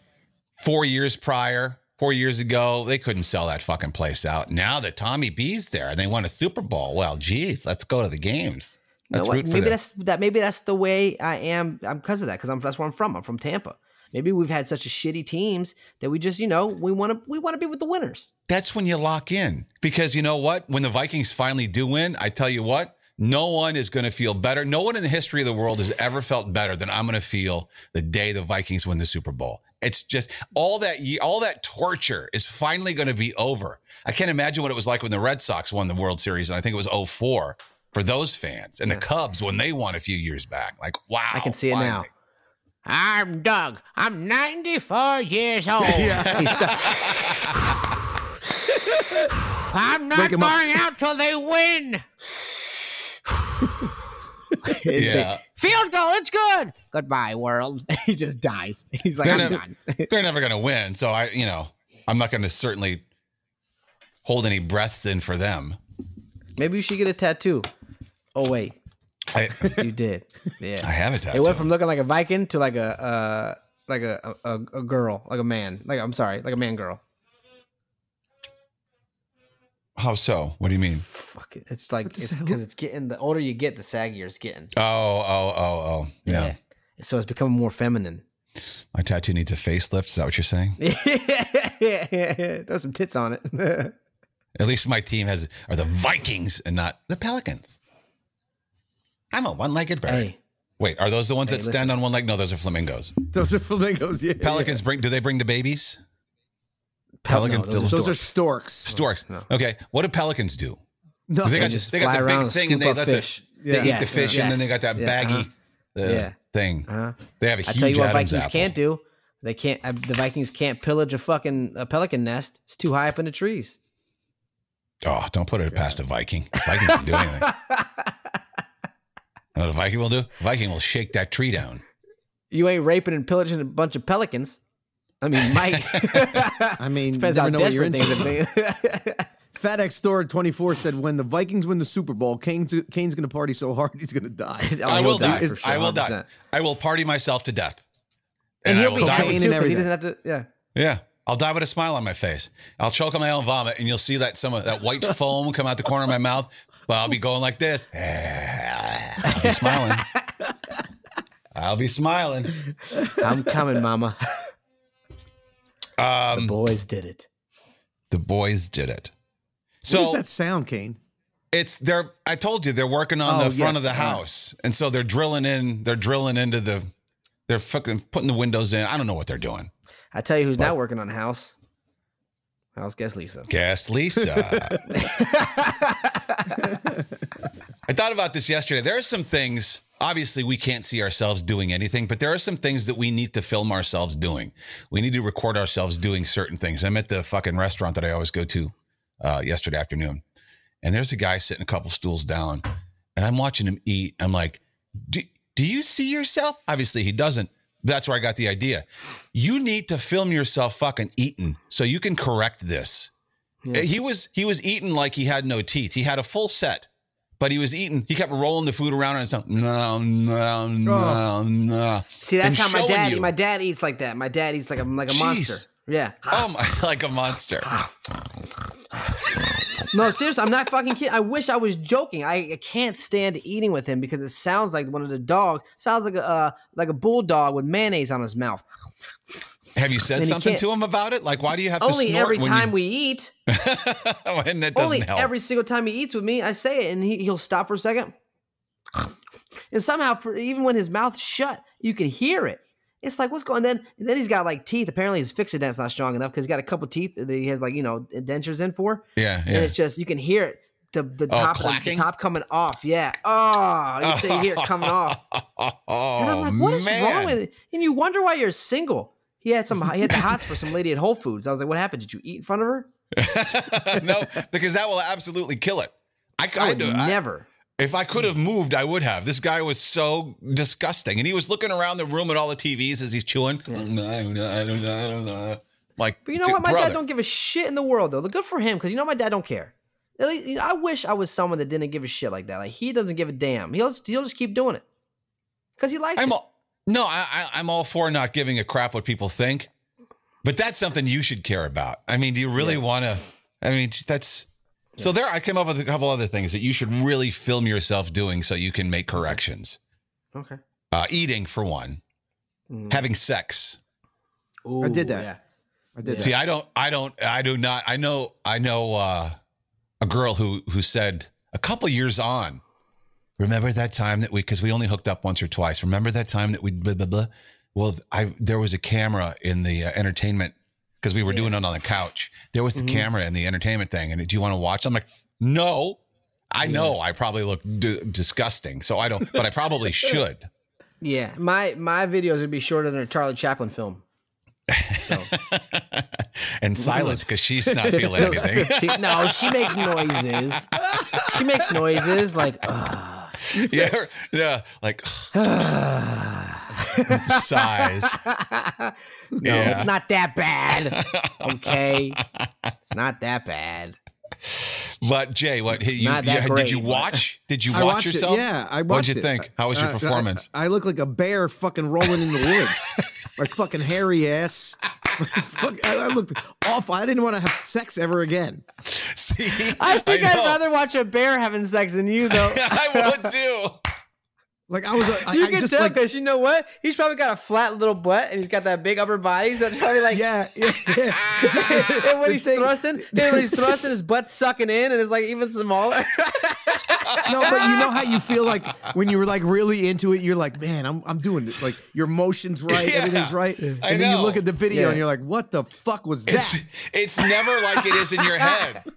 Speaker 2: four years prior, four years ago, they couldn't sell that fucking place out. Now that Tommy B's there and they won a Super Bowl, well, geez, let's go to the games.
Speaker 4: You know
Speaker 2: Let's
Speaker 4: what?
Speaker 2: root for
Speaker 4: maybe
Speaker 2: them.
Speaker 4: that's that. Maybe that's the way I am. I'm because of that. Because I'm that's where I'm from. I'm from Tampa. Maybe we've had such a shitty teams that we just you know we want to we want to be with the winners.
Speaker 2: that's when you lock in because you know what when the vikings finally do win i tell you what no one is going to feel better no one in the history of the world has ever felt better than i'm going to feel the day the vikings win the super bowl it's just all that ye- all that torture is finally going to be over i can't imagine what it was like when the red sox won the world series and i think it was 04 for those fans and the cubs when they won a few years back like wow
Speaker 4: I can see it now.
Speaker 3: I'm Doug. I'm 94 years old.
Speaker 4: Hey, stop.
Speaker 3: I'm not
Speaker 5: Wake
Speaker 3: going
Speaker 5: 'em up.
Speaker 3: out till they win.
Speaker 2: yeah
Speaker 3: Field goal, it's good. Goodbye, world. he just dies. He's like,
Speaker 2: They're
Speaker 3: I'm
Speaker 2: not-
Speaker 3: done.
Speaker 2: they're never going to win. So I, you know, I'm not going to certainly hold any breaths in for them.
Speaker 4: Maybe you should get a tattoo. Oh wait,
Speaker 2: I,
Speaker 4: you did. Yeah,
Speaker 2: I have a tattoo.
Speaker 4: it went from looking like a Viking to like a uh, like a, a a girl, like a man. Like I'm sorry, like a man girl.
Speaker 2: How so? What do you mean?
Speaker 4: Fuck it. It's like it's because it's getting the older you get, the saggier it's getting.
Speaker 2: Oh, oh, oh, oh. Yeah.
Speaker 4: So it's becoming more feminine.
Speaker 2: My tattoo needs a facelift. Is that what you're saying?
Speaker 4: Throw some tits on it.
Speaker 2: At least my team has are the Vikings and not the Pelicans. I'm a one-legged bird.
Speaker 4: hey,
Speaker 2: Wait, are those the ones
Speaker 4: Hey,
Speaker 2: that stand on one leg? No, those are flamingos.
Speaker 5: Those are flamingos. Yeah.
Speaker 2: Pelicans bring do they bring the babies?
Speaker 4: Pel-
Speaker 2: Pelicans
Speaker 4: those
Speaker 2: still-
Speaker 5: Those are
Speaker 4: storks.
Speaker 5: storks.
Speaker 2: Storks. Okay. What do pelicans do?
Speaker 5: No,
Speaker 2: They
Speaker 4: They
Speaker 2: got
Speaker 4: just
Speaker 2: they
Speaker 4: fly
Speaker 2: got the big
Speaker 4: around and
Speaker 2: thing
Speaker 4: scoop
Speaker 2: and they
Speaker 4: up
Speaker 2: let the-
Speaker 4: fish.
Speaker 2: They
Speaker 5: yeah.
Speaker 2: eat the
Speaker 4: Yes,
Speaker 2: fish
Speaker 4: yes,
Speaker 2: and then they got that
Speaker 4: yeah,
Speaker 2: baggy
Speaker 4: uh-huh.
Speaker 2: uh,
Speaker 4: Yeah.
Speaker 2: thing.
Speaker 4: Uh-huh.
Speaker 2: They have a huge
Speaker 4: I tell you what,
Speaker 2: Adam's
Speaker 4: Vikings
Speaker 2: apple.
Speaker 4: can't do. They can't. Uh, the Vikings can't pillage a fucking a pelican nest. It's too high up in the trees.
Speaker 2: Oh, don't put it past a Viking. Vikings can do anything. You know what a Viking will do? A Viking will shake that tree down.
Speaker 4: You ain't raping and pillaging a bunch of pelicans. I mean, Mike.
Speaker 5: I mean,
Speaker 4: Depends
Speaker 5: you
Speaker 4: how
Speaker 5: never know what you're
Speaker 4: desperate
Speaker 5: into.
Speaker 4: things are.
Speaker 5: FedEx Store 24 said when the Vikings win the Super Bowl, Kane's, Kane's going to party so hard he's going to die.
Speaker 4: Oh,
Speaker 2: I
Speaker 4: he'll
Speaker 2: will die.
Speaker 4: for sure,
Speaker 2: I will die.
Speaker 4: 100%.
Speaker 2: I will party myself to death.
Speaker 4: And,
Speaker 2: And, I
Speaker 4: he'll
Speaker 2: will
Speaker 4: be
Speaker 2: die.
Speaker 4: happy too
Speaker 5: with- and
Speaker 4: because he
Speaker 5: everything.
Speaker 4: doesn't have to. Yeah.
Speaker 2: yeah. I'll die with a smile on my face. I'll choke on my own vomit and you'll see that some of that white foam come out the corner of my mouth. But I'll be going like this. I'll be smiling. I'll be smiling.
Speaker 4: I'm coming, Mama.
Speaker 2: Um,
Speaker 4: Boys did it.
Speaker 2: the boys did it.
Speaker 5: So,
Speaker 2: So
Speaker 5: what is that sound, Kane?
Speaker 2: it's they're i told you they're working on
Speaker 5: Oh,
Speaker 2: the front
Speaker 5: yes.
Speaker 2: of the
Speaker 5: All right.
Speaker 2: house and so they're drilling in they're drilling into the they're fucking putting the windows in i don't know what they're doing
Speaker 4: I tell you who's not working on house. House guest Lisa.
Speaker 2: guess lisa i thought about this yesterday there are some things obviously we can't see ourselves doing anything but there are some things that we need to film ourselves doing we need to record ourselves doing certain things i'm at the fucking restaurant that i always go to uh, yesterday afternoon and there's a guy sitting a couple stools down and i'm watching him eat i'm like do, do you see yourself obviously he doesn't that's where i got the idea you need to film yourself fucking eating so you can correct this he was he was eating like he had no teeth he had a full set but he was eating he kept rolling the food around on his tongue no no no no
Speaker 4: See, that's
Speaker 2: And
Speaker 4: how my
Speaker 2: showing
Speaker 4: dad.
Speaker 2: you.
Speaker 4: My dad eats like that. My dad eats like a like a
Speaker 2: Jeez.
Speaker 4: monster. Yeah.
Speaker 2: Oh my, like a monster.
Speaker 4: No, seriously, I'm not fucking kidding. I wish I was joking. I, I can't stand eating with him because it sounds like one of the dogs. Sounds like a uh, like a bulldog with mayonnaise on his mouth.
Speaker 2: Have you said
Speaker 4: And he
Speaker 2: something
Speaker 4: can't-
Speaker 2: to him about it? Like, why do you have to
Speaker 4: Only
Speaker 2: snort
Speaker 4: every
Speaker 2: when
Speaker 4: time
Speaker 2: you,
Speaker 4: we eat.
Speaker 2: and that doesn't
Speaker 4: Only
Speaker 2: help.
Speaker 4: every single time he eats with me, I say it, and he, he'll stop for a second. And somehow, for, even when his mouth's shut, you can hear it. It's like what's going on? Then, and then he's got like teeth. Apparently, his fixed dent's not strong enough because he's got a couple teeth that he has like you know dentures in for,
Speaker 2: yeah, yeah. Oh,
Speaker 4: and it's just you can hear it. The, the top the- the
Speaker 2: clacking?
Speaker 4: top coming off, yeah. Oh, you, can hear it coming off.
Speaker 2: Oh,
Speaker 4: And I'm like, what is wrong
Speaker 2: man.
Speaker 4: with it? And you wonder why you're single. He had some, he had the hots for some lady at Whole Foods. I was like, what happened? Did you eat in front of her?
Speaker 2: no, because that will absolutely kill it. I, I,
Speaker 4: I
Speaker 2: would
Speaker 4: would
Speaker 2: do, I,
Speaker 4: never. Mm.
Speaker 2: if I could have moved, I would have. This guy was so disgusting, and he was looking around the room at all the TVs as he's chewing. Like,
Speaker 4: but you know
Speaker 2: dude,
Speaker 4: what? My
Speaker 2: brother,
Speaker 4: dad don't give a shit in the world though. Good for him because you know my dad don't care. At least, you know, I wish I was someone that didn't give a shit like that. Like he doesn't give a damn. He'll just, he'll just keep doing it because he likes
Speaker 2: I'm
Speaker 4: it.
Speaker 2: all, no, I, I, I'm all for not giving a crap what people think, but that's something you should care about. I mean, do you really want to? I mean, that's so. There, I came up with a couple other things that you should really film yourself doing so you can make corrections.
Speaker 4: okay.
Speaker 2: Uh, eating, for one, having sex.
Speaker 5: I did that.
Speaker 4: yeah.
Speaker 5: I did
Speaker 2: See, I don't, I don't, I do not. I know, I know uh, a girl who who said a couple years on. Remember that time that we, because we only hooked up once or twice. Remember that time that we blah blah blah. Well, I there was a camera in the uh, entertainment because we were doing it on the couch. There was the camera in the entertainment thing, and do you want to watch? I'm like, no. I know I probably look d- disgusting, so I don't, but I probably should.
Speaker 4: Yeah. My my videos would be shorter than a Charlie Chaplin film.
Speaker 2: and silence because she's not feeling
Speaker 4: Those
Speaker 2: anything.
Speaker 4: 15 no, she makes noises. She makes noises like. "Ugh."
Speaker 2: yeah, yeah, like sighs.
Speaker 4: No,
Speaker 2: Yeah.
Speaker 4: it's not that bad. Okay, it's not that bad.
Speaker 2: But Jay, what you,
Speaker 4: Not
Speaker 2: you-
Speaker 4: that
Speaker 2: did you
Speaker 4: great, but-
Speaker 2: watch? Did you
Speaker 5: I
Speaker 2: watch
Speaker 5: watched it,
Speaker 2: yourself?
Speaker 5: Yeah, I watched
Speaker 2: What'd you
Speaker 5: it.
Speaker 2: think? How was your
Speaker 5: Uh, I-
Speaker 2: performance?
Speaker 5: I, look like a bear fucking rolling in the woods. My fucking hairy ass. Fuck, I, I looked awful. I didn't want to have sex ever again.
Speaker 2: See,
Speaker 4: I think I would
Speaker 2: know.
Speaker 4: rather watch a bear having sex than you, though.
Speaker 2: I would too.
Speaker 5: Like I was, a, I,
Speaker 4: You
Speaker 5: I
Speaker 4: can
Speaker 5: just
Speaker 4: tell
Speaker 5: like,
Speaker 4: because you know what? He's probably got a flat little butt and he's got that big upper body, so it's probably like
Speaker 5: yeah, yeah, yeah.
Speaker 4: and when he's thrusting, and when he's thrusting, his butt's sucking in, and it's like even smaller.
Speaker 5: No, but you know how you feel like when you were like really into it, you're like, man, I'm I'm doing it. Like your motion's right,
Speaker 2: Yeah,
Speaker 5: everything's right. And
Speaker 2: I
Speaker 5: then you
Speaker 2: know.
Speaker 5: look at the video
Speaker 4: Yeah.
Speaker 5: and you're like, what the fuck was that?
Speaker 2: It's it's never like it is in your head.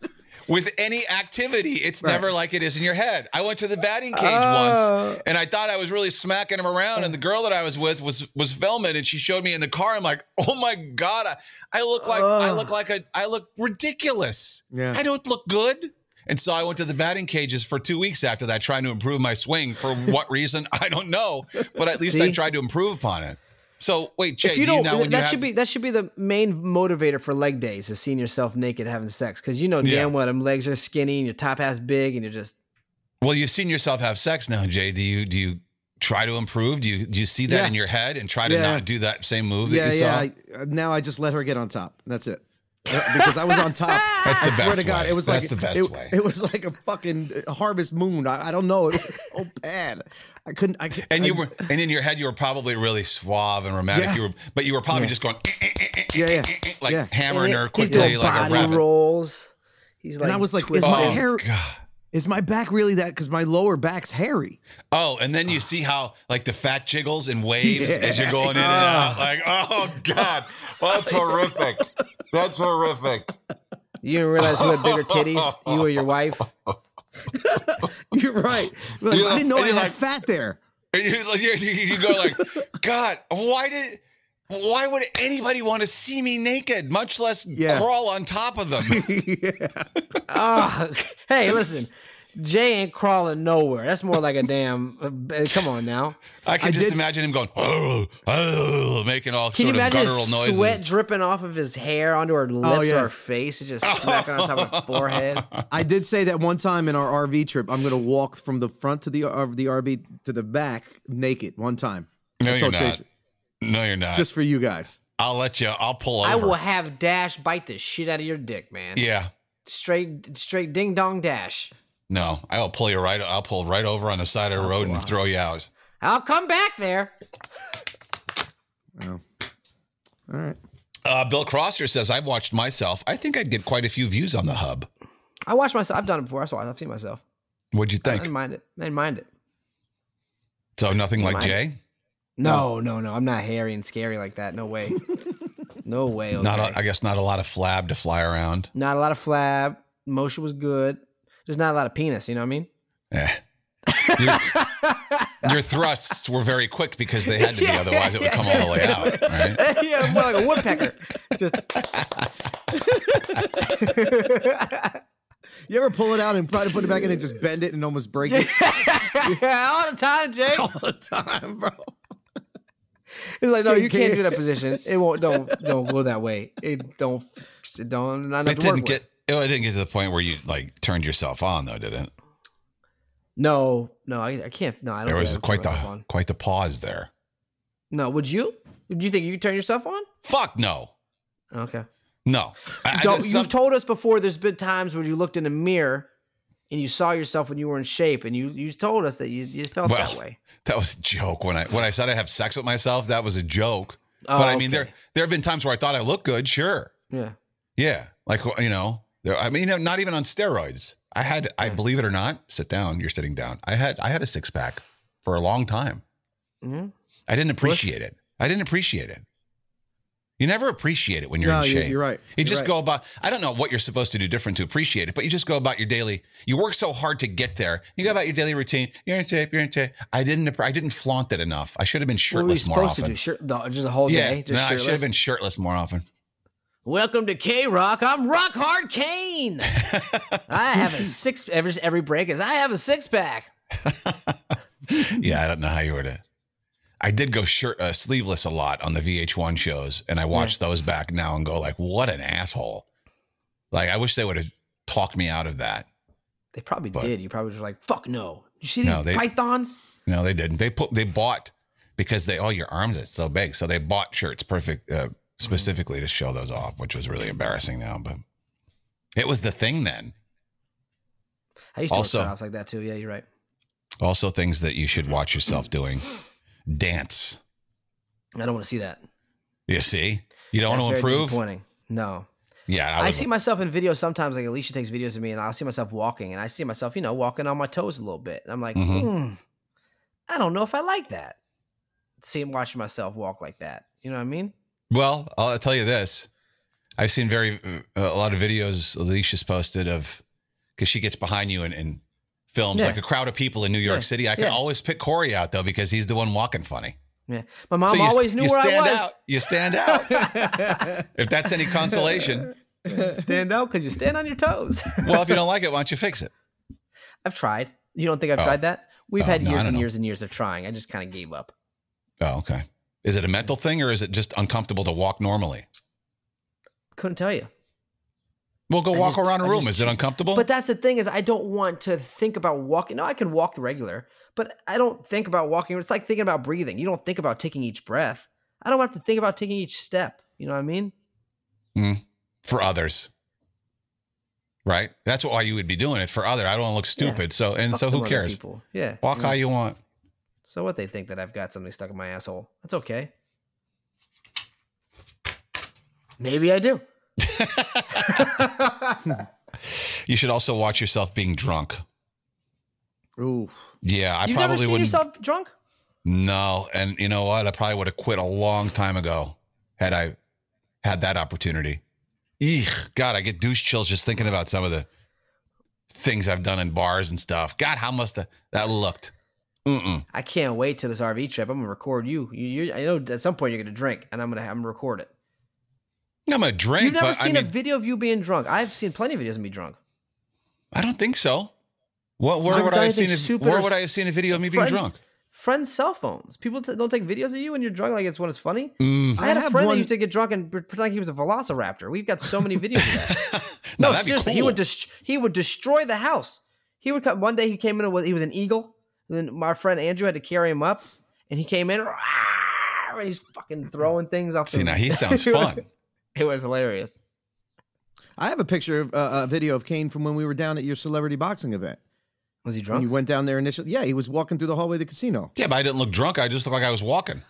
Speaker 2: With any activity, it's
Speaker 5: Right.
Speaker 2: never like it is in your head. I went to the batting cage once,
Speaker 4: Oh.
Speaker 2: and I thought I was really smacking him around. And the girl that I was with was was filming, and she showed me in the car. I'm like, oh my god, I, I look like I look like a I look ridiculous.
Speaker 5: Yeah.
Speaker 2: I don't look good. And so I went to the batting cages for two weeks after that, trying to improve my swing. For what reason, I don't know, but at least I
Speaker 4: See?
Speaker 2: tried to improve upon it. So wait, Jay,
Speaker 4: if you
Speaker 2: do
Speaker 4: don't,
Speaker 2: you now when you
Speaker 4: that
Speaker 2: have,
Speaker 4: should be that should be the main motivator for leg days is seeing yourself naked having sex because you know damn
Speaker 2: Yeah.
Speaker 4: well them legs are skinny and your top half's big and you're just
Speaker 2: Well, you've seen yourself have sex now, Jay. Do you do you try to improve? Do you do you see that
Speaker 5: Yeah.
Speaker 2: in your head and try to
Speaker 5: Yeah.
Speaker 2: not do that same move that
Speaker 5: yeah,
Speaker 2: you saw?
Speaker 5: yeah. I, uh, now I just let her get on top. That's it. Uh, Because I was on top.
Speaker 2: That's the
Speaker 5: I swear
Speaker 2: best
Speaker 5: to God,
Speaker 2: way.
Speaker 5: it was like
Speaker 2: That's the best
Speaker 5: it,
Speaker 2: way.
Speaker 5: It was like a fucking uh, harvest moon. I, I don't know. It was so bad. I couldn't. I,
Speaker 2: and you
Speaker 5: I-
Speaker 2: were and in your head you were probably really suave and romantic.
Speaker 5: Yeah.
Speaker 2: You were but you were probably
Speaker 5: Yeah.
Speaker 2: just going eh,
Speaker 5: Yeah, yeah.
Speaker 2: like
Speaker 5: yeah.
Speaker 2: hammering
Speaker 4: And
Speaker 2: her
Speaker 4: it- he's
Speaker 2: quickly
Speaker 4: doing
Speaker 2: like a
Speaker 4: body
Speaker 2: rabbit.
Speaker 4: rolls. He's like,
Speaker 5: And I was like, is
Speaker 4: twisting.
Speaker 5: my
Speaker 2: Oh,
Speaker 5: hair?
Speaker 2: God.
Speaker 5: Is my back really that? Because my lower back's hairy.
Speaker 2: Oh, and then you see how like the fat jiggles and waves as you're going in and out. Like, oh God. That's horrific. That's horrific.
Speaker 4: You didn't realize who had bigger titties, you or your wife.
Speaker 5: You're right. Like,
Speaker 2: You're
Speaker 5: I
Speaker 2: like-
Speaker 5: didn't know I
Speaker 2: you're
Speaker 5: had
Speaker 2: like-
Speaker 5: fat there.
Speaker 2: And you, like, you, you you go like, God, why did, why would anybody want to see me naked, much less
Speaker 5: Yeah.
Speaker 2: crawl on top of them?
Speaker 4: Oh, hey, listen, Jay ain't crawling nowhere. That's more like a damn. uh, Come on now.
Speaker 2: I can
Speaker 5: I
Speaker 2: just
Speaker 5: did-
Speaker 2: imagine him going, oh, oh, making all
Speaker 4: Can you
Speaker 2: sort of
Speaker 4: imagine
Speaker 2: guttural
Speaker 4: his
Speaker 2: noises. Oh,
Speaker 4: sweat dripping off of his hair onto her lips
Speaker 5: yeah.
Speaker 4: or her face and just smacking on top of her forehead?
Speaker 5: I did say that one time in our RV trip, I'm going to walk from the front to the of the RV to the back naked one time.
Speaker 2: No,
Speaker 5: I
Speaker 2: you're
Speaker 5: told
Speaker 2: not.
Speaker 5: Jason,
Speaker 2: No, you're not.
Speaker 5: just for you guys.
Speaker 2: I'll let you. I'll pull over.
Speaker 4: I will have Dash bite the shit out of your dick, man.
Speaker 2: Yeah.
Speaker 4: Straight, straight, ding dong, Dash.
Speaker 2: No, I'll pull you right. I'll pull right over on the side
Speaker 4: Oh,
Speaker 2: of the road and throw you out.
Speaker 4: I'll come back there.
Speaker 5: Oh. All right.
Speaker 2: Uh, Bill Crosser says, I've watched myself. I think I'd get quite a few views on the hub.
Speaker 4: I watched myself. I've done it before. I saw it. I've seen myself.
Speaker 2: What'd you
Speaker 4: I
Speaker 2: think?
Speaker 4: didn't mind it. I didn't mind it.
Speaker 2: So nothing like
Speaker 4: mind.
Speaker 2: Jay?
Speaker 4: No, no, no. I'm not hairy and scary like that. No way. no way. Okay.
Speaker 2: Not, a, I guess not a lot of flab to fly around.
Speaker 4: not a lot of flab. Motion was good. There's not a lot of penis. You know what I mean?
Speaker 2: Eh. Your, your thrusts were very quick because they had to be, otherwise it would come all the way out. Right?
Speaker 4: yeah, more like a woodpecker. Just
Speaker 5: You ever pull it out and try to put it back in and just bend it and almost break it
Speaker 4: yeah, all the time, Jake.
Speaker 5: all the time, bro?
Speaker 4: It's like, no, you
Speaker 5: Can
Speaker 4: can't
Speaker 5: you-
Speaker 4: do that position. It won't. Don't don't go that way. It don't. It don't. Not enough
Speaker 2: It
Speaker 4: to work
Speaker 2: didn't
Speaker 4: with.
Speaker 2: get. Oh, it didn't get to the point where you like turned yourself on, though, did it?
Speaker 4: No, no, I, I can't. No, I
Speaker 2: There
Speaker 4: don't. think I
Speaker 2: was
Speaker 4: would turn
Speaker 2: quite the
Speaker 4: myself on.
Speaker 2: quite the pause there.
Speaker 4: No, would you? Do you think you could turn yourself on?
Speaker 2: Fuck no,
Speaker 4: Okay.
Speaker 2: no. I- I-
Speaker 4: Don't,
Speaker 2: there's
Speaker 4: you've
Speaker 2: some-
Speaker 4: told us before. There's been times where you looked in a mirror and you saw yourself when you were in shape, and you you told us that you, you felt that
Speaker 2: Well,
Speaker 4: way.
Speaker 2: That was a joke when I when I said I have sex with myself. That was a joke.
Speaker 4: Oh,
Speaker 2: but I mean,
Speaker 4: okay.
Speaker 2: there there have been times where I thought I looked good. Sure,
Speaker 4: Yeah.
Speaker 2: yeah, like you know, there, I mean, not even on steroids. I had, I believe it or not, sit down. You're sitting down. I had I had a six pack for a long time.
Speaker 4: Mhm.
Speaker 2: I didn't appreciate it. I didn't appreciate it. You never appreciate it when you're
Speaker 5: no,
Speaker 2: in
Speaker 5: you-
Speaker 2: shape.
Speaker 5: you're right.
Speaker 2: You
Speaker 5: You're
Speaker 2: just
Speaker 5: right.
Speaker 2: go about. I don't know what you're supposed to do different to appreciate it, but you just go about your daily. You work so hard to get there. You go about your daily routine. You're in shape. You're in shape. I didn't. app- I didn't flaunt it enough. I should have been
Speaker 4: What were we
Speaker 2: shirtless more
Speaker 4: supposed to do?
Speaker 2: often.
Speaker 4: Shirt, no, just a whole
Speaker 2: yeah,
Speaker 4: day.
Speaker 2: no,
Speaker 4: Just
Speaker 2: I should have
Speaker 4: shirtless.
Speaker 2: been shirtless more often.
Speaker 4: Welcome to K Rock. I'm Rock Hard Kane. I have a six every every break is I have a six pack.
Speaker 2: yeah, I don't know how you were to. I did go shirt uh, sleeveless a lot on the VH1 shows, and I watch those back now and go like, "What an asshole!" Like I wish they would have talked me out of that.
Speaker 4: They probably
Speaker 2: But-
Speaker 4: did. You probably was like, fuck no. You see these
Speaker 2: No, they-
Speaker 4: pythons?
Speaker 2: No, they didn't. They put they bought because they oh your arms it's so big, so they bought shirts perfect uh,
Speaker 4: Mm-hmm.
Speaker 2: specifically to show those off, which was really embarrassing now, but it was the thing then.
Speaker 4: I used to
Speaker 2: Also-
Speaker 4: work at a house like that too. Yeah, you're right.
Speaker 2: Also, things that you should watch yourself doing: dance.
Speaker 4: I don't want to see that.
Speaker 2: You see, you don't
Speaker 4: That's
Speaker 2: want
Speaker 4: very
Speaker 2: to improve.
Speaker 4: Disappointing. No.
Speaker 2: Yeah,
Speaker 4: I,
Speaker 2: was-
Speaker 4: see myself in videos sometimes, like Alicia takes videos of me, and I'll see myself walking, and I see myself, you know, walking on my toes a little bit. And I'm like,
Speaker 2: Mhm.
Speaker 4: hmm, I don't know if I like that. Seeing watching myself walk like that. You know what I mean?
Speaker 2: Well, I'll tell you this. I've seen very uh, a lot of videos Alicia's posted of because she gets behind you and, and films
Speaker 4: Yeah.
Speaker 2: like a crowd of people in New York
Speaker 4: Yeah.
Speaker 2: City. I can
Speaker 4: Yeah.
Speaker 2: always pick Corey out though because he's the one walking funny.
Speaker 4: Yeah. My mom
Speaker 2: you,
Speaker 4: always knew
Speaker 2: you
Speaker 4: where I
Speaker 2: stand
Speaker 4: was.
Speaker 2: out. You stand out. if that's any consolation.
Speaker 4: stand out because you stand on your toes.
Speaker 2: Well, if you don't like it, why don't you fix it?
Speaker 4: I've tried. You don't think I've
Speaker 2: Oh.
Speaker 4: tried that? We've
Speaker 2: Oh,
Speaker 4: had
Speaker 2: no, I
Speaker 4: years
Speaker 2: don't
Speaker 4: and
Speaker 2: know.
Speaker 4: years and years of trying. I just kind of gave up.
Speaker 2: Oh, okay. Is it a mental thing or is it just uncomfortable to walk normally?
Speaker 4: Couldn't tell you.
Speaker 2: Well, go
Speaker 4: I
Speaker 2: walk
Speaker 4: just-
Speaker 2: around a
Speaker 4: I
Speaker 2: room.
Speaker 4: just
Speaker 2: Is it
Speaker 4: choose-
Speaker 2: uncomfortable?
Speaker 4: But that's the thing is I don't want to think about walking. No, I can walk the regular, but I don't think about walking. It's like thinking about breathing. You don't think about taking each breath. I don't have to think about taking each step. You know what I mean?
Speaker 2: for others. Right? That's why you would be doing it for other. I don't want to look
Speaker 4: Yeah.
Speaker 2: stupid. So and
Speaker 4: Fuck
Speaker 2: so
Speaker 4: them
Speaker 2: who
Speaker 4: other
Speaker 2: cares?
Speaker 4: People. Yeah.
Speaker 2: Walk
Speaker 4: you know?
Speaker 2: how you want.
Speaker 4: So what they think that I've got something stuck in my asshole. That's okay. Maybe I do.
Speaker 2: You should also watch yourself being drunk.
Speaker 5: Oof.
Speaker 2: Yeah, I
Speaker 4: You've
Speaker 2: probably
Speaker 4: never seen
Speaker 2: wouldn't.
Speaker 4: yourself drunk?
Speaker 2: no, and you know what? I probably would have quit a long time ago had I had that opportunity. Eek, God, I get douche chills just thinking about some of the things I've done in bars and stuff. God, how must I, that looked? Mm-mm.
Speaker 4: I can't wait till this RV trip. I'm gonna record you. You, you I know at some point you're gonna drink, and I'm gonna have him record it.
Speaker 2: I'm a drink,
Speaker 4: You've never
Speaker 2: but
Speaker 4: seen
Speaker 2: I mean,
Speaker 4: a video of you being drunk. I've seen plenty of videos of me drunk.
Speaker 2: I don't think so. What? Where
Speaker 4: I've
Speaker 2: would
Speaker 4: done
Speaker 2: I have seen?
Speaker 4: anything
Speaker 2: A,
Speaker 4: stupid
Speaker 2: where
Speaker 4: or
Speaker 2: would I have seen a video of me being
Speaker 4: friends,
Speaker 2: drunk?
Speaker 4: Friends' cell phones. People t- don't take videos of you when you're drunk, like it's when it's funny.
Speaker 2: Mm.
Speaker 4: I had
Speaker 5: I
Speaker 4: a
Speaker 5: have
Speaker 4: friend
Speaker 5: one-
Speaker 4: that used to get drunk and pre- pretend like he was a velociraptor. We've got so many videos of that.
Speaker 2: No,
Speaker 4: No,
Speaker 2: that'd
Speaker 4: seriously,
Speaker 2: be
Speaker 4: he
Speaker 2: cool.
Speaker 4: would dest- he would destroy the house. He would come one day. He came in and was, he was an eagle. And then my friend Andrew had to carry him up, and he came in. "Rah, out right. He's fucking throwing things off.
Speaker 2: See,
Speaker 4: the-
Speaker 2: now he sounds fun.
Speaker 4: it was hilarious.
Speaker 5: I have a picture of uh, a video of Kane from when we were down at your celebrity boxing event.
Speaker 4: Was he
Speaker 5: When
Speaker 4: drunk?
Speaker 5: you went down there initially, yeah, he was walking through the hallway of the casino.
Speaker 2: Yeah, but I didn't look drunk. I just looked like I was walking.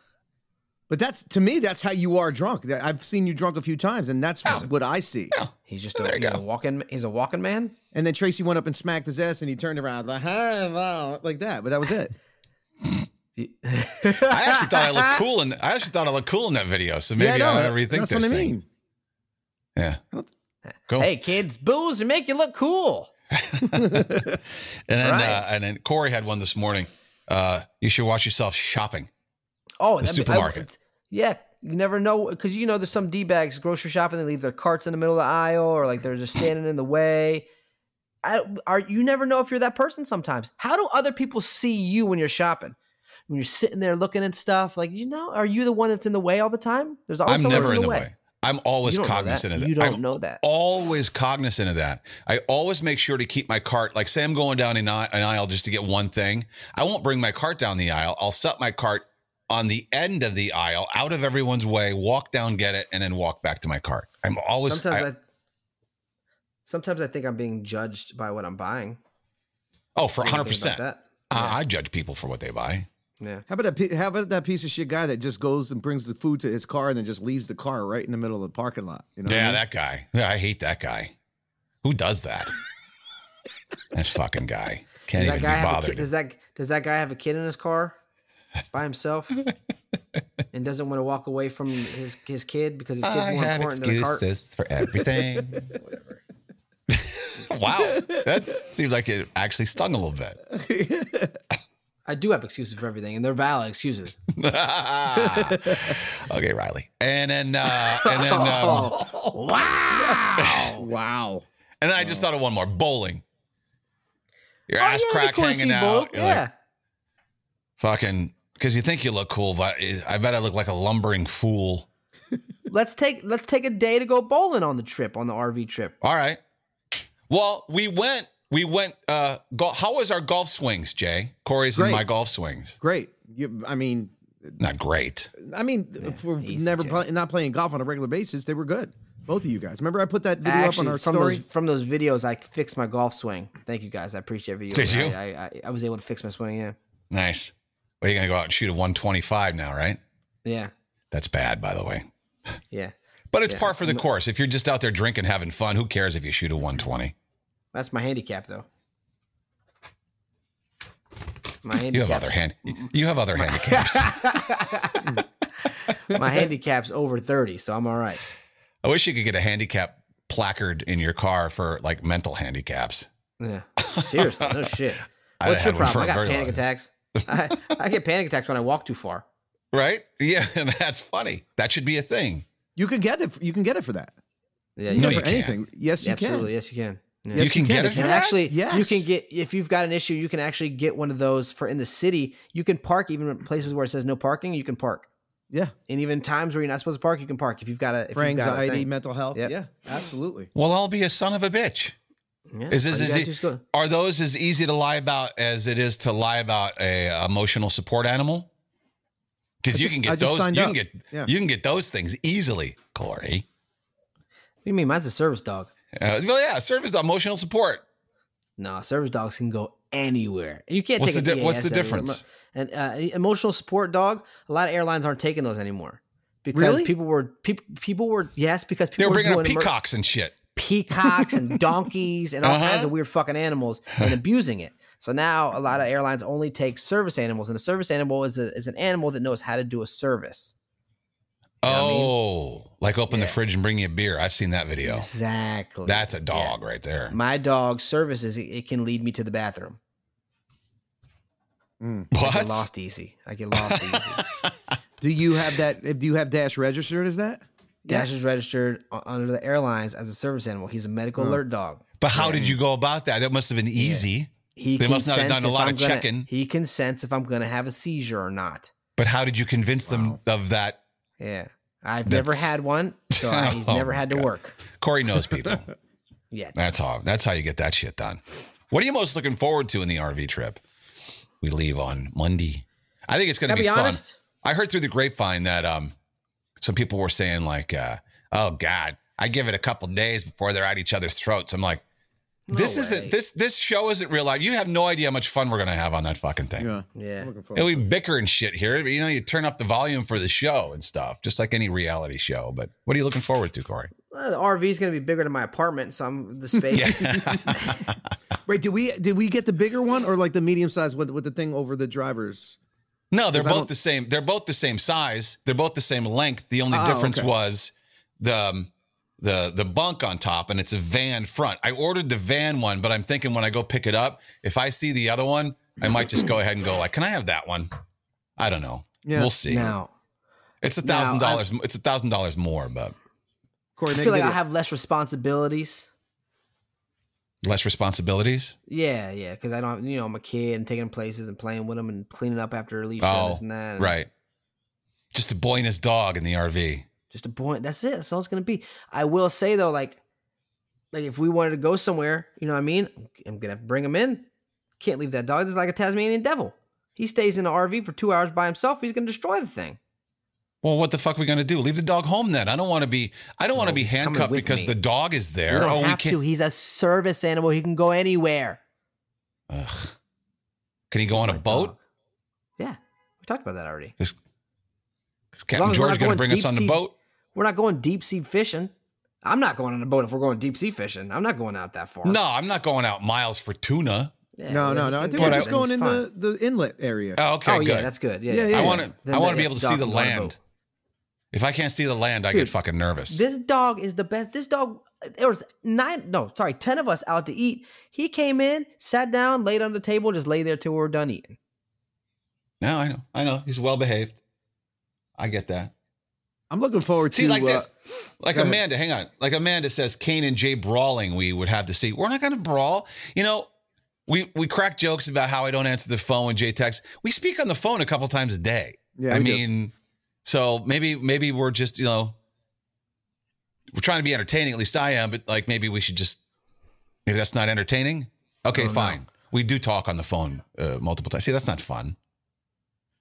Speaker 5: But that's to me, that's how you are drunk. That- I've seen you drunk a few times, and that's
Speaker 2: Yeah.
Speaker 5: what I see.
Speaker 4: he's just a,
Speaker 2: There you
Speaker 4: he's
Speaker 2: go.
Speaker 4: a walking. He's a walking man.
Speaker 5: And then Tracy went up and smacked his ass, and he turned around like, "Hey, wow," like that. But that was it.
Speaker 4: I
Speaker 2: I actually thought I looked cool, and I actually thought I looked cool in that video. So maybe
Speaker 5: yeah,
Speaker 2: I
Speaker 5: no,
Speaker 2: gotta rethink
Speaker 5: that's
Speaker 2: this
Speaker 5: what I
Speaker 2: thing.
Speaker 5: mean.
Speaker 2: Yeah. Go.
Speaker 4: Hey kids, booze and make you look cool.
Speaker 2: and then
Speaker 4: Right.
Speaker 2: uh, and then Corey had one this morning. Uh, you should watch yourself shopping.
Speaker 4: Oh,
Speaker 2: The
Speaker 4: that'd be- I-
Speaker 2: supermarket.
Speaker 4: yeah, you never know because you know there's some d bags grocery shopping. They leave their carts in the middle of the aisle, or like they're just standing in the way. I, are you never know if you're that person sometimes? How do other people see you when you're shopping? When you're sitting there looking at stuff, like you know, are you the one that's in the way all the time? There's always
Speaker 2: I'm
Speaker 4: someone
Speaker 2: never
Speaker 4: that's
Speaker 2: in the way. I'm always
Speaker 4: You don't know
Speaker 2: cognizant of that.
Speaker 4: You don't
Speaker 2: I'm
Speaker 4: know that.
Speaker 2: always cognizant of that. I always make sure to keep my cart. Like, say I'm going down an aisle, an aisle just to get one thing. I won't bring my cart down the aisle. I'll set my cart on the end of the aisle, out of everyone's way, walk down, get it, and then walk back to my cart. I'm always.
Speaker 4: Sometimes
Speaker 2: I-
Speaker 4: I, sometimes I think I'm being judged by what I'm buying.
Speaker 2: oh, for
Speaker 4: What do you
Speaker 2: 100.
Speaker 4: think about
Speaker 2: percent
Speaker 4: That.
Speaker 2: I I judge people for what they buy.
Speaker 4: Yeah.
Speaker 5: How about that? pe- How about that piece of shit guy that just goes and brings the food to his car and then just leaves the car right in the middle of the parking lot? You know? what I
Speaker 2: Yeah,
Speaker 5: mean?
Speaker 2: that guy. Yeah, I hate that guy. Who does that? That fucking guy can't
Speaker 4: Does that
Speaker 2: even
Speaker 4: guy
Speaker 2: be
Speaker 4: have a kid?
Speaker 2: bothered.
Speaker 4: Does that does that guy have a kid in his car by himself and doesn't want to walk away from his his kid because his kid's more important than a cart?
Speaker 2: for everything. wow, that seems like it actually stung a little bit.
Speaker 4: I do have excuses for everything, and they're valid excuses.
Speaker 2: okay, Riley, and then uh, and
Speaker 4: Oh,
Speaker 2: then um,
Speaker 4: wow!
Speaker 5: Wow.
Speaker 2: and then I just thought of one more bowling. Your ass
Speaker 4: Oh, yeah,
Speaker 2: crack
Speaker 4: Nicole
Speaker 2: hanging
Speaker 4: Seabolt,
Speaker 2: out. You're like,
Speaker 4: Yeah,
Speaker 2: fucking, because you think you look cool, but I- I bet I look like a lumbering fool.
Speaker 4: let's take let's take a day to go bowling on the trip on the RV trip.
Speaker 2: All right. Well, we went. We went. Uh, gol how was our golf swings, Jay? Corey's and
Speaker 5: Great.
Speaker 2: my golf swings.
Speaker 5: Great. You, I mean,
Speaker 2: Not great.
Speaker 5: I mean, uh, for
Speaker 4: easy,
Speaker 5: never
Speaker 4: Jay.
Speaker 5: play, not playing golf on a regular basis, they were good. Both of you guys. Remember, I put that video
Speaker 4: Actually,
Speaker 5: up on our
Speaker 4: from
Speaker 5: story.
Speaker 4: those from those videos, I fixed my golf swing. Thank you guys, I appreciate you.
Speaker 2: Did you?
Speaker 4: I, I, I, I was able to fix my swing. Yeah,
Speaker 2: Nice. Well, you're gonna go out and shoot a 125 now, right?
Speaker 4: yeah,
Speaker 2: That's bad, by the way.
Speaker 4: yeah.
Speaker 2: But it's
Speaker 4: Yeah.
Speaker 2: par for the course. If you're just out there drinking, having fun, who cares if you shoot a 120?
Speaker 4: That's my handicap, though. My
Speaker 2: You have other
Speaker 4: handicap's-
Speaker 2: hand. You have other handicaps.
Speaker 4: my handicap's over 30, so I'm all right.
Speaker 2: I wish you could get a handicap placard in your car for like mental handicaps.
Speaker 4: Yeah. Seriously, no shit.
Speaker 2: I
Speaker 4: What's
Speaker 2: had
Speaker 4: your
Speaker 2: one for
Speaker 4: problem? I
Speaker 2: a
Speaker 4: got
Speaker 2: very
Speaker 4: panic
Speaker 2: long-
Speaker 4: attacks. I, I get panic attacks when I walk too far.
Speaker 2: Right? Yeah, that's funny. That should be a thing.
Speaker 5: you can get it. for- You can get it for that.
Speaker 4: Yeah,
Speaker 2: No,
Speaker 5: get it
Speaker 2: you
Speaker 5: for
Speaker 2: can't.
Speaker 5: anything. Yes, you
Speaker 4: absolutely.
Speaker 5: can.
Speaker 4: Yes, you can. Yeah.
Speaker 5: Yes,
Speaker 2: you can get it
Speaker 5: If
Speaker 2: for
Speaker 5: you
Speaker 4: And
Speaker 5: had-
Speaker 4: actually, you
Speaker 5: yes.
Speaker 4: can get if you've got an issue, you can actually get one of those for in the city. You can park even in places where it says no parking. You can park,
Speaker 5: Yeah,
Speaker 4: and even times where you're not supposed to park, you can park if you've got a if
Speaker 5: for
Speaker 4: you've got a
Speaker 5: anxiety,
Speaker 4: thing.
Speaker 5: mental health.
Speaker 4: Yep.
Speaker 5: Yeah, absolutely.
Speaker 2: Well, I'll be a son of a bitch.
Speaker 4: Yeah.
Speaker 2: Is this-
Speaker 4: All you
Speaker 2: is
Speaker 4: gotta
Speaker 2: it-
Speaker 4: do go-
Speaker 2: Are those as easy to lie about as it is to lie about a emotional support animal? Because
Speaker 5: I
Speaker 2: you
Speaker 5: just-
Speaker 2: can
Speaker 5: I
Speaker 2: get
Speaker 5: just
Speaker 2: those.
Speaker 5: signed
Speaker 2: You
Speaker 5: up.
Speaker 2: can get
Speaker 5: Yeah.
Speaker 2: you can get those things easily, Corey.
Speaker 4: What do you mean? Mine's a service dog.
Speaker 2: Uh, well, yeah, service dog, emotional support.
Speaker 4: No, service dogs can go anywhere. You can't
Speaker 2: What's
Speaker 4: take
Speaker 2: the
Speaker 4: a
Speaker 2: di- what's the
Speaker 4: DAS anywhere.
Speaker 2: difference?
Speaker 4: And uh, an emotional support dog. A lot of airlines aren't taking those anymore because
Speaker 5: Really?
Speaker 4: people were people people were yes because people
Speaker 2: They were bringing
Speaker 4: doing
Speaker 2: up
Speaker 4: emer-
Speaker 2: peacocks and shit.
Speaker 4: peacocks and donkeys and all
Speaker 2: Uh-huh.
Speaker 4: kinds of weird fucking animals and abusing it. So now a lot of airlines only take service animals, and a service animal is a, is an animal that knows how to do a service. know what I mean?
Speaker 2: oh, like open the
Speaker 4: Yeah.
Speaker 2: fridge and bring you a beer. I've seen that video.
Speaker 4: Exactly.
Speaker 2: Oh. That's a
Speaker 4: Yeah.
Speaker 2: dog right there.
Speaker 4: My dog services. It, it can lead me to the bathroom. I get
Speaker 2: What?
Speaker 4: lost easy. I get lost easy.
Speaker 5: Do you have that? if- Do you have Dash registered as that?
Speaker 4: Dash is registered u- under the airlines as a service animal. He's a medical
Speaker 2: Uh-huh.
Speaker 4: alert dog.
Speaker 2: But how did you go about that? That must have been easy.
Speaker 4: He
Speaker 2: They
Speaker 4: can
Speaker 2: must not have
Speaker 4: sense
Speaker 2: done a
Speaker 4: if
Speaker 2: lot
Speaker 4: I'm
Speaker 2: of
Speaker 4: gonna-
Speaker 2: checking.
Speaker 4: He can sense if I'm going to have a seizure or not.
Speaker 2: But how did you convince them of that?
Speaker 4: Yeah, I've never
Speaker 2: That's-
Speaker 4: had one, so I, he's
Speaker 2: Oh
Speaker 4: never
Speaker 2: my
Speaker 4: had to
Speaker 2: God.
Speaker 4: work
Speaker 2: Corey knows people.
Speaker 4: yet.
Speaker 2: That's how. That's how you get that shit done. What are you most looking forward to in the RV trip? We leave on Monday. I think it's going
Speaker 4: Can
Speaker 2: to
Speaker 4: I
Speaker 2: be,
Speaker 4: be
Speaker 2: fun.
Speaker 4: honest?
Speaker 2: I heard through the grapevine that um, some people were saying like, uh, "Oh God, I give it a couple days before they're at each other's throats." I'm like, "This
Speaker 4: way.
Speaker 2: isn't this this show isn't real life. You have no idea how much fun we're gonna have on that fucking thing.
Speaker 5: Yeah.
Speaker 4: Yeah.
Speaker 5: I'm looking forward
Speaker 2: And we bicker and shit here. but, You know, you turn up the volume for the show and stuff, just like any reality show. But what are you looking forward to, Corey?
Speaker 4: Well, the RV is going to be bigger than my apartment, so I'm the space.
Speaker 5: Wait, did we did we get the bigger one or like the medium size with with the thing over the drivers?
Speaker 2: No, they're
Speaker 5: 'Cause I
Speaker 2: both
Speaker 5: don't-
Speaker 2: the same. They're both the same size. They're both the same length. The only
Speaker 5: Oh,
Speaker 2: difference
Speaker 5: okay.
Speaker 2: was the um, the the bunk on top, and it's a van front. I ordered the van one, but I'm thinking when I go pick it up, if I see the other one, I might just go ahead and go like, "Can I have that one?" I don't know.
Speaker 5: Yeah.
Speaker 2: We'll see.
Speaker 4: now,
Speaker 2: it's a
Speaker 4: now,
Speaker 2: thousand dollars. It's a thousand dollars more, but
Speaker 5: Corey,
Speaker 4: I
Speaker 5: make
Speaker 4: feel
Speaker 5: a
Speaker 4: like I
Speaker 5: video.
Speaker 4: have less responsibilities.
Speaker 2: less responsibilities.
Speaker 4: Yeah, yeah, because I don't, you know, I'm a kid and taking them places and playing with them and cleaning up after Alicia and
Speaker 2: Oh,
Speaker 4: this and that. and
Speaker 2: right. Just a boy and his dog in the RV.
Speaker 4: Just a point. That's it. That's all it's gonna be. I will say though, like, like if we wanted to go somewhere, you know what I mean? I'm gonna have to bring him in. Can't leave that dog. It's like a Tasmanian devil. He stays in the RV for two hours by himself. He's gonna destroy the thing.
Speaker 2: Well, what the fuck are we gonna do? Leave the dog home then. I don't want to be. I don't want to be
Speaker 4: coming
Speaker 2: handcuffed
Speaker 4: with
Speaker 2: because
Speaker 4: me.
Speaker 2: the dog is
Speaker 4: We
Speaker 2: there.
Speaker 4: don't
Speaker 2: oh,
Speaker 4: have
Speaker 2: we
Speaker 4: to.
Speaker 2: can't.
Speaker 4: He's a service animal. He can go anywhere.
Speaker 2: Ugh. Can he go on a
Speaker 4: My
Speaker 2: boat?
Speaker 4: dog. Yeah, we talked about that already.
Speaker 2: Is, is
Speaker 4: long
Speaker 2: Captain
Speaker 4: as we're
Speaker 2: George going
Speaker 4: not
Speaker 2: to
Speaker 4: going
Speaker 2: bring us on the
Speaker 4: deep sea-
Speaker 2: boat?
Speaker 4: We're not going deep sea fishing. I'm not going on a boat if we're going deep sea fishing. I'm not going out that far.
Speaker 2: No, I'm not going out miles for tuna.
Speaker 4: Yeah,
Speaker 5: no,
Speaker 4: yeah,
Speaker 5: no,
Speaker 4: we
Speaker 5: no.
Speaker 4: can
Speaker 5: I think
Speaker 4: do
Speaker 5: we're
Speaker 4: that.
Speaker 5: just
Speaker 4: Then
Speaker 5: going
Speaker 4: it's
Speaker 5: in
Speaker 4: fine.
Speaker 5: the, the inlet area.
Speaker 2: Oh, okay,
Speaker 4: oh
Speaker 2: good.
Speaker 4: yeah, that's good. Yeah,
Speaker 5: Yeah,
Speaker 4: yeah.
Speaker 5: yeah.
Speaker 2: I want to.
Speaker 4: Then
Speaker 2: I want to
Speaker 4: the-
Speaker 2: be
Speaker 4: it's
Speaker 2: able to see
Speaker 4: dock
Speaker 2: the
Speaker 4: and go on a
Speaker 2: land.
Speaker 4: boat.
Speaker 2: If I can't see the land, I get
Speaker 4: Dude,
Speaker 2: fucking nervous.
Speaker 4: This dog is the best. This dog. There was nine. No, sorry, ten of us out to eat. He came in, sat down, laid on the table, just lay there till we were done eating.
Speaker 2: no, I know. I know. He's well behaved. I get that.
Speaker 5: I'm looking forward to
Speaker 2: See, like
Speaker 5: uh,
Speaker 2: this, like
Speaker 5: go ahead.
Speaker 2: Amanda. Hang on, like Amanda says, Kane and Jay brawling. We would have to see. We're not going to brawl. You know, we we crack jokes about how I don't answer the phone when Jay texts. We speak on the phone a couple times a day.
Speaker 5: Yeah,
Speaker 2: I
Speaker 5: we do.
Speaker 2: mean, so maybe maybe we're just you know we're trying to be entertaining. At least I am, but like maybe we should just maybe that's not entertaining. Okay,
Speaker 5: Oh,
Speaker 2: fine. We do talk on the phone uh, multiple times. See, that's not fun.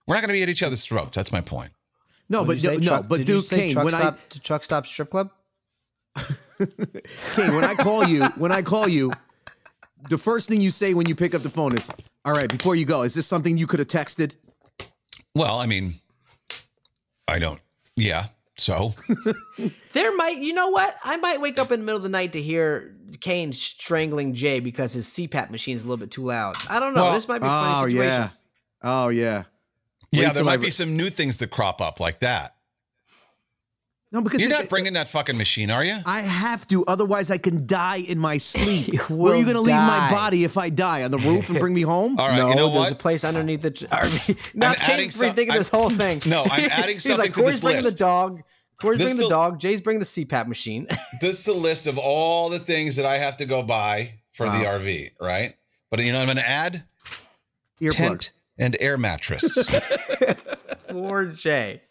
Speaker 2: We're not going to be at each other's throats. That's my point.
Speaker 5: no,
Speaker 4: What
Speaker 5: Oh, but
Speaker 4: did you
Speaker 5: no,
Speaker 4: say,
Speaker 5: no,
Speaker 4: truck-
Speaker 5: but
Speaker 4: did you
Speaker 5: dude,
Speaker 4: say
Speaker 5: Kane,
Speaker 4: truck
Speaker 5: when I
Speaker 4: stop, to truck stop strip club.
Speaker 5: Kane, when I call you, when I call you, the first thing you say when you pick up the phone is, "All right, before you go, is this something you could have texted?"
Speaker 2: Well, I mean, I don't. Yeah. So
Speaker 4: There might, you know what? I might wake up in the middle of the night to hear Kane strangling Jay because his CPAP machine's a little bit too loud. I don't know.
Speaker 2: Well-
Speaker 4: this might be a funny
Speaker 5: Oh
Speaker 4: situation.
Speaker 5: yeah, oh yeah.
Speaker 2: yeah,
Speaker 5: Wait
Speaker 2: there
Speaker 5: till I
Speaker 2: might
Speaker 5: re-
Speaker 2: be some new things that crop up like that.
Speaker 5: No, because
Speaker 2: You're
Speaker 5: it-
Speaker 2: not bringing that fucking machine, are you?
Speaker 5: I have to, otherwise I can die in my sleep.
Speaker 4: You
Speaker 5: Where are you
Speaker 4: will
Speaker 5: going to leave my
Speaker 4: die.
Speaker 5: body if I die on the roof and bring me home?
Speaker 2: All right, you know
Speaker 4: there's
Speaker 2: Oh,
Speaker 4: a
Speaker 2: what?
Speaker 4: place underneath the RV. Now
Speaker 2: I'm adding
Speaker 4: Kane's
Speaker 2: some-
Speaker 4: rethinking this
Speaker 2: I'm-
Speaker 4: whole thing.
Speaker 2: No, I'm adding
Speaker 4: He's
Speaker 2: something
Speaker 4: like,
Speaker 2: to this
Speaker 4: Corey's bringing
Speaker 2: list.
Speaker 4: the dog. Corey's
Speaker 2: This
Speaker 4: bringing
Speaker 2: still-
Speaker 4: the dog. Jay's bringing the CPAP machine.
Speaker 2: this is the list of all the things that I have to go buy for the RV, right? But you know, what I'm going to add
Speaker 5: Earplugs.
Speaker 2: tent and air mattress.
Speaker 4: Poor Jay.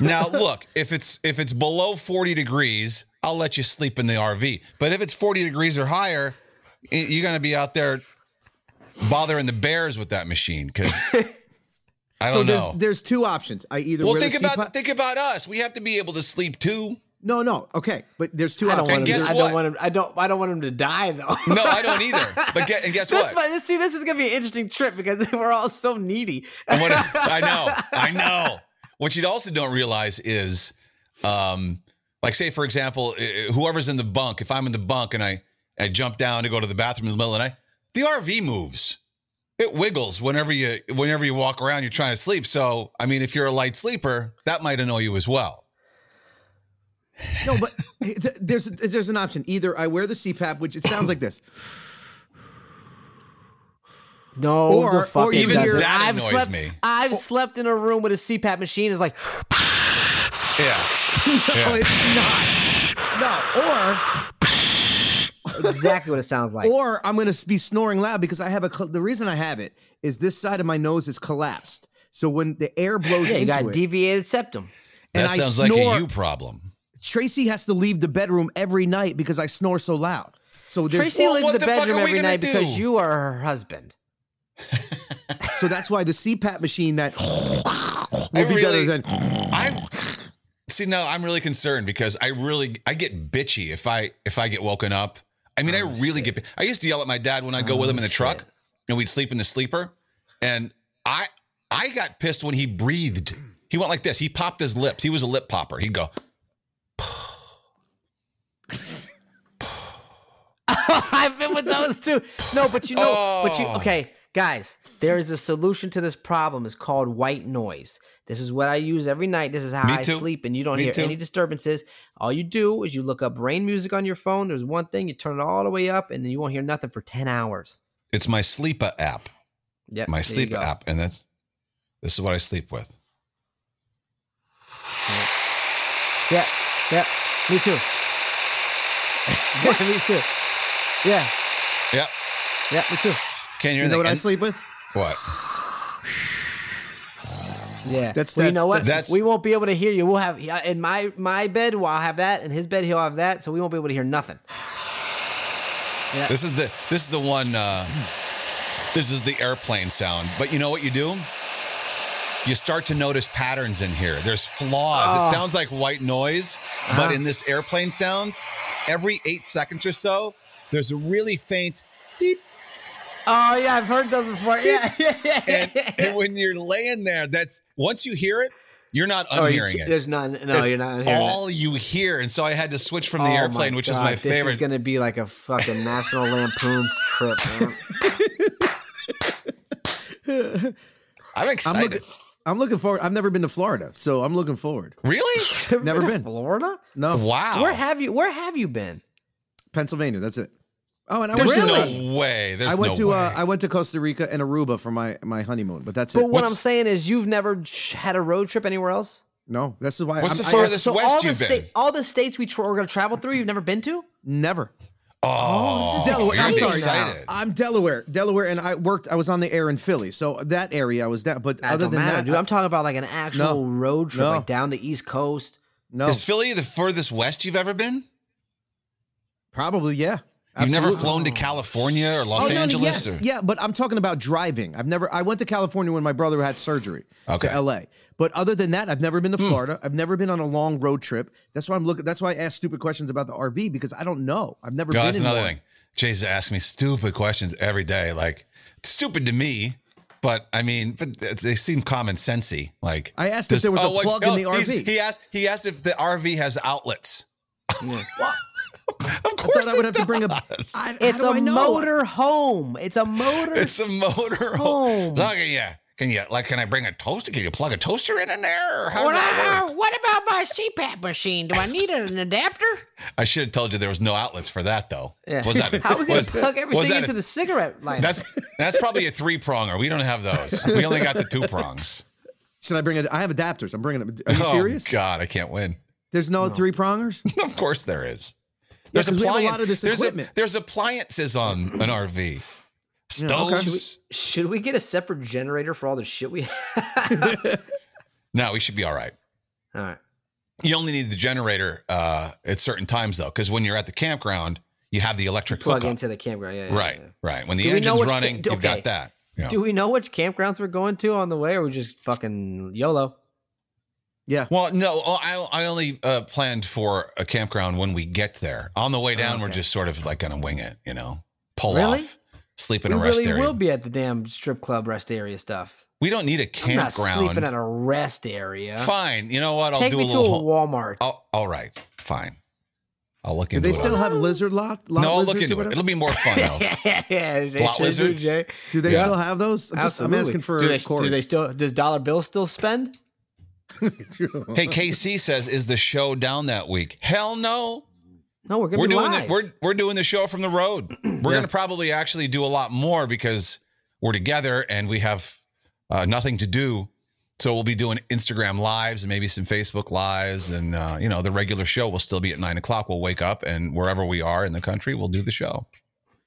Speaker 2: now, look, if it's if it's below 40 degrees, I'll let you sleep in the RV. But if it's 40 degrees or higher, y- you're going to be out there bothering the bears with that machine because I
Speaker 5: So
Speaker 2: don't
Speaker 5: there's,
Speaker 2: know.
Speaker 5: there's two options. I either
Speaker 2: Oh, Well,
Speaker 5: wear the
Speaker 2: think about
Speaker 5: CPAP
Speaker 2: think about us. We have to be able to sleep too.
Speaker 5: No, no. Okay, but there's two
Speaker 4: I don't
Speaker 5: options.
Speaker 4: want him.
Speaker 2: guess
Speaker 4: To, I
Speaker 2: what?
Speaker 4: don't want him. I don't. I don't want him to die though.
Speaker 2: No, I don't either. But get, and guess
Speaker 4: This,
Speaker 2: what?
Speaker 4: might- this see, this is gonna be an interesting trip because we're all so needy.
Speaker 2: And what- I know, I know. What you also don't realize is, um, like, say for example, i- whoever's in the bunk. If I'm in the bunk and I I jump down to go to the bathroom in the middle of the night, the RV moves. It wiggles whenever you whenever you walk around. You're trying to sleep. So I mean, if you're a light sleeper, that might annoy you as well.
Speaker 5: No, but eh, th- there's there's an option. Either I wear the CPAP, which it sounds like this.
Speaker 4: No,
Speaker 5: Or-
Speaker 4: the
Speaker 5: or
Speaker 4: fucking
Speaker 5: even
Speaker 4: doesn't.
Speaker 2: that
Speaker 4: I've
Speaker 2: annoys
Speaker 4: slept,
Speaker 2: me.
Speaker 4: I've slept in a room with a CPAP machine. It's like
Speaker 2: Yeah.
Speaker 5: No, it's not.
Speaker 4: exactly what it sounds like.
Speaker 5: No, or or I'm gonna be snoring loud because I have a. col- the reason I have it is this side of my nose is collapsed. So when the air blows
Speaker 4: yeah, you
Speaker 5: into
Speaker 4: got
Speaker 5: it,
Speaker 4: deviated septum.
Speaker 5: and
Speaker 2: That
Speaker 5: I
Speaker 2: sounds
Speaker 5: snore,
Speaker 2: like a you problem.
Speaker 5: Tracy has to leave the bedroom every night because I snore so loud. So there's
Speaker 4: Tracy
Speaker 2: Well,
Speaker 4: lives
Speaker 2: what
Speaker 4: in the
Speaker 2: the fuck are
Speaker 4: bedroom
Speaker 2: we
Speaker 4: every
Speaker 2: gonna
Speaker 4: night because
Speaker 2: do?
Speaker 4: you are her husband.
Speaker 5: So that's why the CPAP machine that would be
Speaker 2: really-
Speaker 5: better than
Speaker 2: I'm see no, I'm really concerned because I really I get bitchy if I if I get woken up. I mean, I really get. I used to yell at my dad when I'd go with him in the truck, and we'd sleep in the sleeper. And I I got pissed when he breathed. He went like this. He popped his lips. He was a lip popper. He'd go.
Speaker 4: I've been with those two. No, but you know, but you
Speaker 2: Oh.
Speaker 4: okay, guys. There is a solution to this problem. It's called white noise. This is what I use every night. This is how
Speaker 2: Me
Speaker 4: I
Speaker 2: too.
Speaker 4: sleep, and you don't
Speaker 2: Me
Speaker 4: hear
Speaker 2: too.
Speaker 4: any disturbances. All you do is you look up rain music on your phone. There's one thing you turn it all the way up, and then you won't hear nothing for ten hours.
Speaker 2: It's my sleeper app.
Speaker 4: Yep,
Speaker 2: My
Speaker 4: there you
Speaker 2: sleeper
Speaker 4: go.
Speaker 2: app, and that's this is what I sleep with.
Speaker 4: Yeah, yeah, me too. me too. Yeah,
Speaker 2: Yep.
Speaker 4: yeah, me too.
Speaker 2: Can you,
Speaker 5: you know what I
Speaker 2: and-
Speaker 5: sleep with?
Speaker 2: What?
Speaker 4: Yeah,
Speaker 5: That's-
Speaker 4: well, you
Speaker 5: that-
Speaker 4: know what?
Speaker 2: that's-
Speaker 4: we won't be able to hear you. We'll have in my my bed. Well, I'll have that. In his bed, he'll have that. So we won't be able to hear nothing.
Speaker 2: This is the this is the one. Uh, this is the airplane sound. But you know what you do? You start to notice patterns in here. There's flaws. It
Speaker 4: Oh. Uh-huh.
Speaker 2: sounds like white noise, but in this airplane sound, every eight seconds or so, there's a really faint.
Speaker 4: Oh yeah, I've heard those before. Yeah, yeah, yeah.
Speaker 2: And, and when you're laying there, that's once you hear it, you're not
Speaker 4: Oh, you-
Speaker 2: unhearing it.
Speaker 4: There's none. No,
Speaker 2: It's
Speaker 4: you're not hearing it.
Speaker 2: all you hear. And so I had to switch from the
Speaker 4: Oh, my
Speaker 2: airplane, which is my
Speaker 4: God, This is
Speaker 2: favorite.
Speaker 4: gonna be like a fucking National Lampoon's trip.
Speaker 2: I'm
Speaker 4: Man.
Speaker 5: I'm
Speaker 2: excited.
Speaker 5: looking. I'm looking forward. I've never been to Florida, so I'm looking forward.
Speaker 2: really?
Speaker 5: Never
Speaker 4: to
Speaker 5: been.
Speaker 4: Florida.
Speaker 5: No,
Speaker 2: Wow.
Speaker 4: Where have you? Where have you been?
Speaker 5: Pennsylvania. That's it. Oh, and I
Speaker 2: There's
Speaker 5: went to-
Speaker 2: no way. There's
Speaker 5: I went
Speaker 2: no
Speaker 5: to
Speaker 2: way.
Speaker 5: uh, I went to Costa Rica and Aruba for my my honeymoon, but that's
Speaker 4: But
Speaker 5: it.
Speaker 4: what I'm
Speaker 2: What's-
Speaker 4: saying is, you've never sh- had a road trip anywhere else.
Speaker 5: No, this is why
Speaker 2: What's
Speaker 5: I'm,
Speaker 2: the
Speaker 5: I-
Speaker 2: furthest
Speaker 4: So
Speaker 2: west
Speaker 4: all the
Speaker 2: you've been?
Speaker 4: state, all the states we tra- we're gonna travel through, you've never been to.
Speaker 5: never.
Speaker 2: Oh,
Speaker 4: this is
Speaker 5: Delaware. I'm
Speaker 2: you're
Speaker 5: sorry.
Speaker 2: excited.
Speaker 5: I'm Delaware, Delaware, and I worked. I was on the air in Philly, so that area I was down. But
Speaker 4: That
Speaker 5: other
Speaker 4: don't
Speaker 5: than
Speaker 4: matter,
Speaker 5: that,
Speaker 4: dude.
Speaker 5: I-
Speaker 4: I'm talking about like an actual road trip,
Speaker 5: No.
Speaker 4: like down the East Coast.
Speaker 5: no,
Speaker 2: Is Philly the furthest west you've ever been?
Speaker 5: probably yeah.
Speaker 2: You've never
Speaker 5: Absolutely.
Speaker 2: flown to California or
Speaker 5: Oh,
Speaker 2: Los
Speaker 5: no, no,
Speaker 2: Angeles?
Speaker 5: yes,
Speaker 2: or-
Speaker 5: yeah, but I'm talking about driving. I've never. I went to California when my brother had surgery
Speaker 2: Okay. Hmm.
Speaker 5: to L.A. But other than that, I've never been to Florida. I've never been on a long road trip. That's why I'm looking. That's why I ask stupid questions about the RV because I don't know. I've never.
Speaker 2: No,
Speaker 5: been
Speaker 2: that's
Speaker 5: in
Speaker 2: another
Speaker 5: one.
Speaker 2: thing. Jay's asked me stupid questions every day. Like, it's stupid to me, but I mean, but it's- they seem common sensy. Like, oh,
Speaker 5: I asked if there was a
Speaker 2: what-
Speaker 5: plug in the
Speaker 2: he's-
Speaker 5: RV.
Speaker 2: He asked. He asked if the RV has outlets. of
Speaker 5: I
Speaker 2: course,
Speaker 5: thought I would
Speaker 2: it
Speaker 5: have to bring a.
Speaker 2: does.
Speaker 5: I- how
Speaker 4: It's
Speaker 5: do I
Speaker 4: a
Speaker 5: know?
Speaker 4: motor home. It's a motor.
Speaker 2: It's a motor
Speaker 4: Home.
Speaker 5: Oh.
Speaker 2: home. Look at you. Can you like? Can I bring a toaster? Can you plug a toaster in in there? Or How does that
Speaker 3: Wow,
Speaker 2: work?
Speaker 3: what about my CPAP machine? Do I need an adapter?
Speaker 2: I should have told you there was no outlets for that though.
Speaker 4: Yeah.
Speaker 2: Was that?
Speaker 4: How are we gonna
Speaker 2: was-
Speaker 4: plug
Speaker 2: was
Speaker 4: everything
Speaker 2: that
Speaker 4: into the cigarette lighter?
Speaker 2: That's that's probably a three pronger. We don't have those. We only got the two prongs.
Speaker 5: Should I bring it? I have adapters. I'm bringing them. Are you
Speaker 2: oh,
Speaker 5: serious?
Speaker 2: God, I can't win.
Speaker 5: There's no, three prongers.
Speaker 2: Of course there is. There's
Speaker 5: 'cause we have a
Speaker 2: applian-
Speaker 5: lot of this
Speaker 2: there's
Speaker 5: equipment.
Speaker 2: there's appliances on an RV. Stoves.
Speaker 4: Should we get a separate generator for all the shit we have?
Speaker 2: No, we should be all right.
Speaker 4: all right.
Speaker 2: You only need the generator uh, at certain times though, because when you're at the campground, you have the electric
Speaker 4: Plug
Speaker 2: hookup.
Speaker 4: into the campground. Yeah, yeah,
Speaker 2: Right,
Speaker 4: yeah.
Speaker 2: right. When the
Speaker 4: Do we know
Speaker 2: engine's
Speaker 4: which ca-
Speaker 2: running,
Speaker 4: do-
Speaker 2: you've got
Speaker 4: okay.
Speaker 2: that. Yeah.
Speaker 4: Do we know which campgrounds we're going to on the way, or we just fucking YOLO?
Speaker 5: Yeah.
Speaker 2: Well, no, oh, I, I only uh, planned for a campground when we get there. On the way down, we're
Speaker 4: Oh, okay.
Speaker 2: just sort of like gonna wing it, you know, pull
Speaker 4: Really?
Speaker 2: off, sleep in
Speaker 4: we
Speaker 2: a rest
Speaker 4: really
Speaker 2: area.
Speaker 4: will be at the damn strip club rest area stuff.
Speaker 2: we don't need a
Speaker 4: I'm not sleeping at
Speaker 2: campground.
Speaker 4: a rest area.
Speaker 2: Fine, you know what? I'll
Speaker 4: Take
Speaker 2: do
Speaker 4: me
Speaker 2: a
Speaker 4: to a
Speaker 2: little. home-
Speaker 4: Walmart.
Speaker 2: I'll- all right, fine. I'll look
Speaker 5: Do
Speaker 2: into
Speaker 5: they
Speaker 2: it.
Speaker 5: still have lizard lot? lot
Speaker 2: no, I'll
Speaker 5: lizards
Speaker 2: look
Speaker 5: or
Speaker 2: into it.
Speaker 5: whatever?
Speaker 2: It'll be more fun though.
Speaker 4: yeah, yeah. they
Speaker 2: Plot
Speaker 4: sure do,
Speaker 2: lizards?
Speaker 4: Jay.
Speaker 5: Do they
Speaker 2: Yeah.
Speaker 5: still have those? I'm, just, I'm
Speaker 4: Absolutely.
Speaker 5: asking for
Speaker 4: do they,
Speaker 5: a Corey.
Speaker 4: do they still does dollar bill still spend?
Speaker 2: hey, KC says, is the show down that week? Hell no.
Speaker 4: No, we're gonna
Speaker 2: We're
Speaker 4: be
Speaker 2: doing the,
Speaker 4: live.
Speaker 2: we're we're doing the show from the road. We're gonna probably actually do a lot more because we're together and we have uh, nothing to do. So we'll be doing Instagram lives and maybe some Facebook lives, and uh, you know the regular show will still be at nine o'clock. We'll wake up and wherever we are in the country, we'll do the show.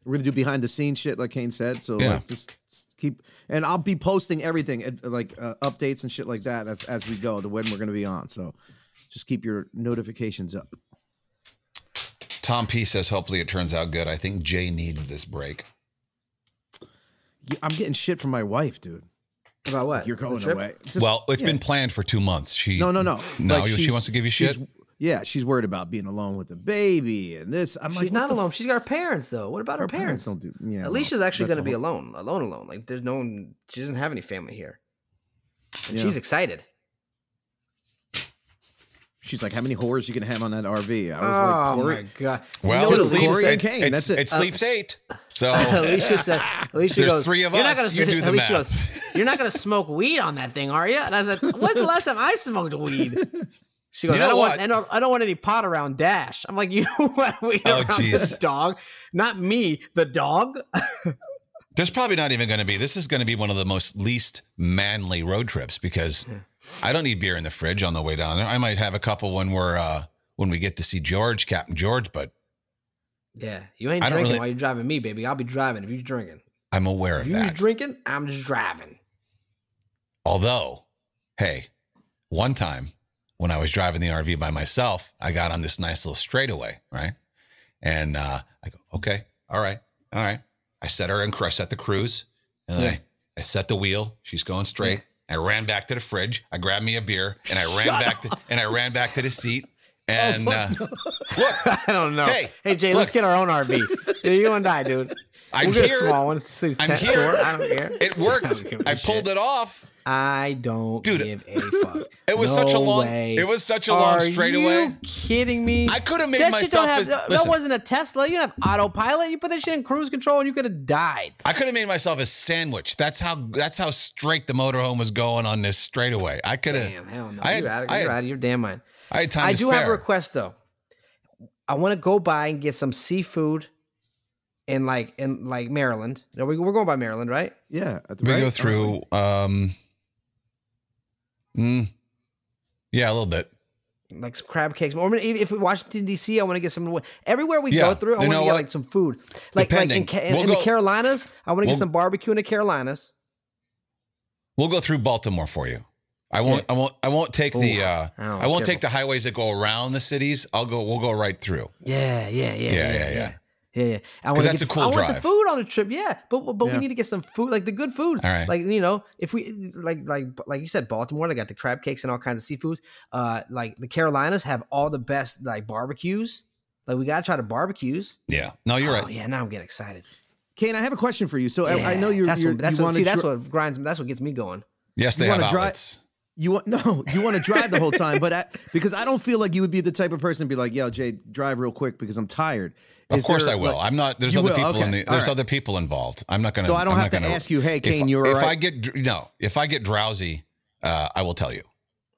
Speaker 5: We're gonna do behind the scenes shit, like Kane said. So
Speaker 2: Yeah.
Speaker 5: like, just just keep, and I'll be posting everything, uh, like uh, updates and shit like that, as, as we go to when we're gonna be on. So just keep your notifications up.
Speaker 2: Tom P says, hopefully it turns out good. I think Jay needs this break.
Speaker 5: Yeah, I'm getting shit from my wife, dude.
Speaker 4: About what?
Speaker 5: You're
Speaker 4: The
Speaker 5: going
Speaker 4: trip?
Speaker 5: away. Just-
Speaker 2: Well, it's
Speaker 5: yeah.
Speaker 2: been planned for two months. She
Speaker 5: No, no, no.
Speaker 2: No,
Speaker 5: Like,
Speaker 2: you- she
Speaker 5: she's-
Speaker 2: wants to give you
Speaker 5: she's-
Speaker 2: shit.
Speaker 5: Yeah, she's worried about being alone with the baby and this. I'm like,
Speaker 4: She's
Speaker 5: what
Speaker 4: not
Speaker 5: the
Speaker 4: alone. She's got her parents though. What about her,
Speaker 5: Her parents
Speaker 4: parents?
Speaker 5: don't do- yeah, well,
Speaker 4: Alicia's actually
Speaker 5: that's
Speaker 4: going to
Speaker 5: a
Speaker 4: be
Speaker 5: whole-
Speaker 4: alone, alone, alone. Like there's no one. She doesn't have any family here. And
Speaker 5: Yeah.
Speaker 4: She's excited.
Speaker 5: She's like, how many whores you gonna have on that RV? I was
Speaker 4: oh
Speaker 5: like, Corey,
Speaker 4: my god!
Speaker 2: Well,
Speaker 5: know
Speaker 2: it
Speaker 5: it's
Speaker 2: sleeps,
Speaker 5: Corey and
Speaker 2: it,
Speaker 5: Kane,
Speaker 2: it's,
Speaker 5: that's it. Uh,
Speaker 2: it sleeps eight. So
Speaker 4: Alicia said, Alicia
Speaker 2: There's
Speaker 4: goes,
Speaker 2: three of
Speaker 4: "You're
Speaker 2: us.
Speaker 4: not gonna
Speaker 2: You
Speaker 4: sit-
Speaker 2: do the
Speaker 4: Alicia
Speaker 2: math."
Speaker 4: goes, You're not going to smoke weed on that thing, are you? And I said, When's the last time I smoked weed? She goes,
Speaker 2: You know
Speaker 4: I don't
Speaker 2: what?
Speaker 4: want, I don't, I don't want any pot around Dash. I'm like, you know what? We
Speaker 2: Oh,
Speaker 4: around the
Speaker 2: jeez.
Speaker 4: dog, not me, the dog.
Speaker 2: there's probably not even going to be. This is going to be one of the most least manly road trips because I don't need beer in the fridge on the way down there. I might have a couple when we're uh, when we get to see George, Captain George, but
Speaker 4: Yeah, you ain't
Speaker 2: I don't
Speaker 4: drinking
Speaker 2: really-
Speaker 4: while you're driving me, baby. I'll be driving if you're drinking.
Speaker 2: I'm aware
Speaker 4: If
Speaker 2: of
Speaker 4: you're
Speaker 2: that.
Speaker 4: drinking, I'm just driving.
Speaker 2: Although, hey, one time when I was driving the RV by myself, I got on this nice little straightaway, right? And uh, I go, okay, all right, all right. I set her in, I set the cruise, and then
Speaker 4: Yeah.
Speaker 2: I, I set the wheel. She's going straight. I ran back to the fridge. I grabbed me a beer, and I ran back to and I ran back to the seat.
Speaker 4: Oh,
Speaker 2: And uh, look,
Speaker 4: I don't know.
Speaker 2: Hey,
Speaker 4: Jay, let's
Speaker 2: look.
Speaker 4: get our own RV. Yeah, you and I, dude.
Speaker 2: I'm
Speaker 4: we'll get a
Speaker 2: here.
Speaker 4: small one. Sleeps
Speaker 2: I'm
Speaker 4: tent
Speaker 2: here.
Speaker 4: door. I don't care.
Speaker 2: it worked. I pulled it off.
Speaker 4: I don't
Speaker 2: Dude,
Speaker 4: give a fuck.
Speaker 2: It was
Speaker 4: No
Speaker 2: such a long.
Speaker 4: way.
Speaker 2: It was such a long
Speaker 4: Are
Speaker 2: straightaway.
Speaker 4: You kidding me?
Speaker 2: I could have made
Speaker 4: that shit
Speaker 2: myself.
Speaker 4: don't have.
Speaker 2: as-
Speaker 4: that- that
Speaker 2: listen.
Speaker 4: wasn't a Tesla. You didn't have autopilot. You put that shit in cruise control, and you could have died.
Speaker 2: I could have made myself a sandwich. That's how that's how straight the motorhome was going on this straightaway. I could have.
Speaker 4: Damn, hell no.
Speaker 2: I had-
Speaker 4: you're, out of,
Speaker 2: I
Speaker 4: you're
Speaker 2: had-
Speaker 4: out of your damn mind.
Speaker 2: I had time.
Speaker 4: I
Speaker 2: to
Speaker 4: do
Speaker 2: spare.
Speaker 4: have a request though. I want to go by and get some seafood, in like in like Maryland. No, we, we're going by Maryland, right?
Speaker 5: yeah. at the-
Speaker 2: We
Speaker 5: right?
Speaker 2: go through. Um, mm, yeah, a little bit.
Speaker 4: Like some crab cakes, or maybe if we Washington D.C., I want to get some. Everywhere we go
Speaker 2: Yeah,
Speaker 4: through, I
Speaker 2: you
Speaker 4: want to
Speaker 2: know
Speaker 4: get
Speaker 2: what?
Speaker 4: like some food. Like
Speaker 2: Depending.
Speaker 4: like in, Ca- in,
Speaker 2: We'll
Speaker 4: the
Speaker 2: go-
Speaker 4: Carolinas, I want to
Speaker 2: we'll-
Speaker 4: get some barbecue in the Carolinas.
Speaker 2: We'll go through Baltimore for you. I won't. I won't. I won't take the.
Speaker 4: Ooh,
Speaker 2: Uh,
Speaker 4: I
Speaker 5: Oh,
Speaker 4: don't-
Speaker 2: I won't take
Speaker 4: careful.
Speaker 2: the highways that go around the cities. I'll go. We'll go right through.
Speaker 4: Yeah, yeah, yeah,
Speaker 2: Yeah, yeah, yeah.
Speaker 4: Yeah, yeah. I want
Speaker 2: that's a
Speaker 4: get,
Speaker 2: cool
Speaker 4: I want the
Speaker 2: drive.
Speaker 4: food on the trip. Yeah, but but
Speaker 5: Yeah.
Speaker 4: we need to get some food, like the good foods.
Speaker 2: All right.
Speaker 4: Like you know, if we like like like you said, Baltimore, they got the crab cakes and all kinds of seafoods. Uh, like the Carolinas have all the best like barbecues. Like we gotta try the barbecues.
Speaker 2: Yeah. No, you're
Speaker 4: Oh
Speaker 2: right.
Speaker 4: yeah, now I'm getting excited.
Speaker 5: Kane, I have a question for you. So I, I
Speaker 4: Yeah,
Speaker 5: know you're.
Speaker 4: That's
Speaker 5: you're
Speaker 4: what, that's
Speaker 5: you
Speaker 4: what.
Speaker 5: wanna
Speaker 4: See, that's
Speaker 5: dri-
Speaker 4: what grinds. That's what gets me going.
Speaker 2: Yes, they
Speaker 5: You
Speaker 2: have
Speaker 5: wanna drive-
Speaker 2: outlets.
Speaker 5: you want. No, you want to drive the whole time, but I, because I don't feel like you would be the type of person to be like, "Yo, Jay, drive real quick because I'm tired."
Speaker 2: Of
Speaker 5: Is
Speaker 2: course
Speaker 5: there,
Speaker 2: I will.
Speaker 5: like-
Speaker 2: I'm not. There's
Speaker 5: You
Speaker 2: other
Speaker 5: will,
Speaker 2: people in
Speaker 5: okay,
Speaker 2: the.
Speaker 5: all
Speaker 2: There's
Speaker 5: right.
Speaker 2: other people involved. I'm not gonna.
Speaker 5: So I don't
Speaker 2: I'm
Speaker 5: have
Speaker 2: not
Speaker 5: to
Speaker 2: gonna-
Speaker 5: ask you, "Hey,
Speaker 2: if-
Speaker 5: Kane, you're all
Speaker 2: If
Speaker 5: right?"
Speaker 2: I get dr- no, if I get drowsy, uh, I will tell you.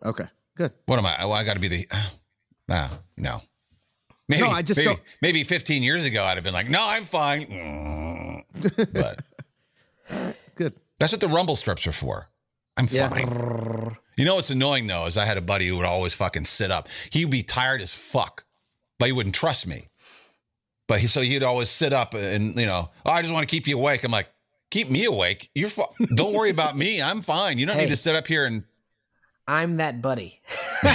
Speaker 5: Okay, good.
Speaker 2: What am I? Well, I got to be the. Nah, no. Maybe,
Speaker 5: I just
Speaker 2: maybe,
Speaker 5: don't-
Speaker 2: maybe 15 years ago, I'd have been like, no, I'm fine. Mm. But
Speaker 5: Good.
Speaker 2: that's what the rumble strips are for. I'm
Speaker 5: Yeah.
Speaker 2: fine. You know what's annoying though is I had a buddy who would always fucking sit up. He'd be tired as fuck, but he wouldn't trust me. But he, so he'd always sit up and you know, oh, I just want to keep you awake. I'm like, keep me awake. You're fu- don't worry about me. I'm fine. You don't
Speaker 4: Hey.
Speaker 2: need to sit up here and
Speaker 4: I'm that buddy. yeah,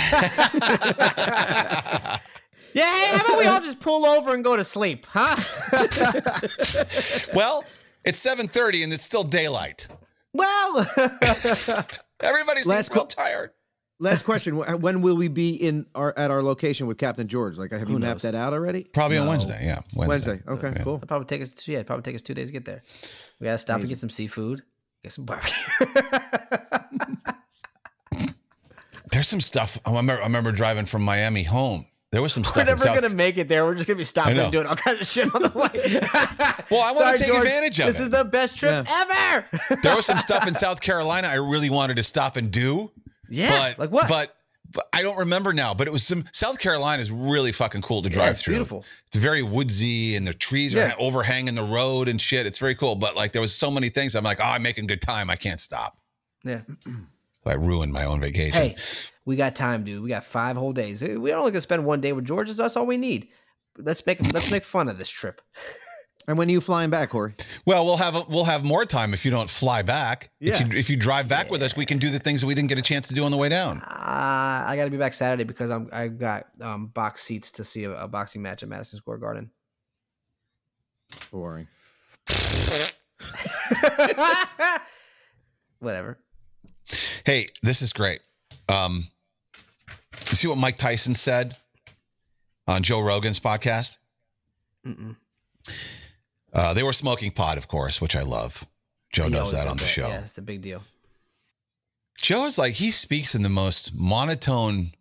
Speaker 4: hey, how about we all just pull over and go to sleep, huh?
Speaker 2: well, it's 7:30 and it's still daylight.
Speaker 4: well,
Speaker 2: Everybody's
Speaker 5: Last
Speaker 2: real
Speaker 5: qu-
Speaker 2: tired.
Speaker 5: Last question: Wh- When will we be in our at our location with Captain George? Like, have you mapped that out already?
Speaker 2: Probably on
Speaker 5: No.
Speaker 2: Wednesday. Yeah,
Speaker 5: Wednesday. Okay, cool.
Speaker 4: It'll probably take us. Yeah, it'll probably take us two days to get there. We gotta stop and get some seafood, get some barbecue.
Speaker 2: There's some stuff. I remember, I remember driving from Miami home. There was some stuff.
Speaker 4: We're
Speaker 2: in
Speaker 4: never
Speaker 2: South-
Speaker 4: gonna make it there. We're just gonna be stopping
Speaker 2: I know.
Speaker 4: and doing all kinds of shit on the way.
Speaker 2: Well, I wanna
Speaker 4: Sorry,
Speaker 2: take
Speaker 4: George,
Speaker 2: advantage of
Speaker 4: This
Speaker 2: it.
Speaker 4: is the best trip ever.
Speaker 2: there was some stuff in South Carolina I really wanted to stop and do.
Speaker 4: yeah,
Speaker 2: but
Speaker 4: like what?
Speaker 2: But, but I don't remember now. But it was some South Carolina is really fucking cool to drive
Speaker 4: it's
Speaker 2: through.
Speaker 4: beautiful.
Speaker 2: It's very woodsy, and the trees are ha- overhanging the road and shit. It's very cool. But like, there was so many things. I'm like, oh, I'm making good time. I can't stop.
Speaker 4: yeah.
Speaker 2: So I ruined my own vacation.
Speaker 4: Hey, we got time, dude. We got five whole days. We're only gonna spend one day with George. That's all we need. Let's make let's make fun of this trip.
Speaker 5: And when are you flying back, Corey?
Speaker 2: Well, we'll have a, we'll have more time if you don't fly back.
Speaker 5: Yeah.
Speaker 2: If you if you drive back with us, we can do the things that we didn't get a chance to do on the way down.
Speaker 4: Uh, I got to be back Saturday because I'm I got um, box seats to see a, a boxing match at Madison Square Garden.
Speaker 5: Boring.
Speaker 4: Whatever.
Speaker 2: Hey, this is great. Um, you see what Mike Tyson said on Joe Rogan's podcast?
Speaker 4: Mm-mm.
Speaker 2: Uh, they were smoking pot, of course, which I love. Joe
Speaker 4: He
Speaker 2: does
Speaker 4: always
Speaker 2: that on the show.
Speaker 4: Yeah, it's a big deal.
Speaker 2: Joe is like he speaks in the most monotone.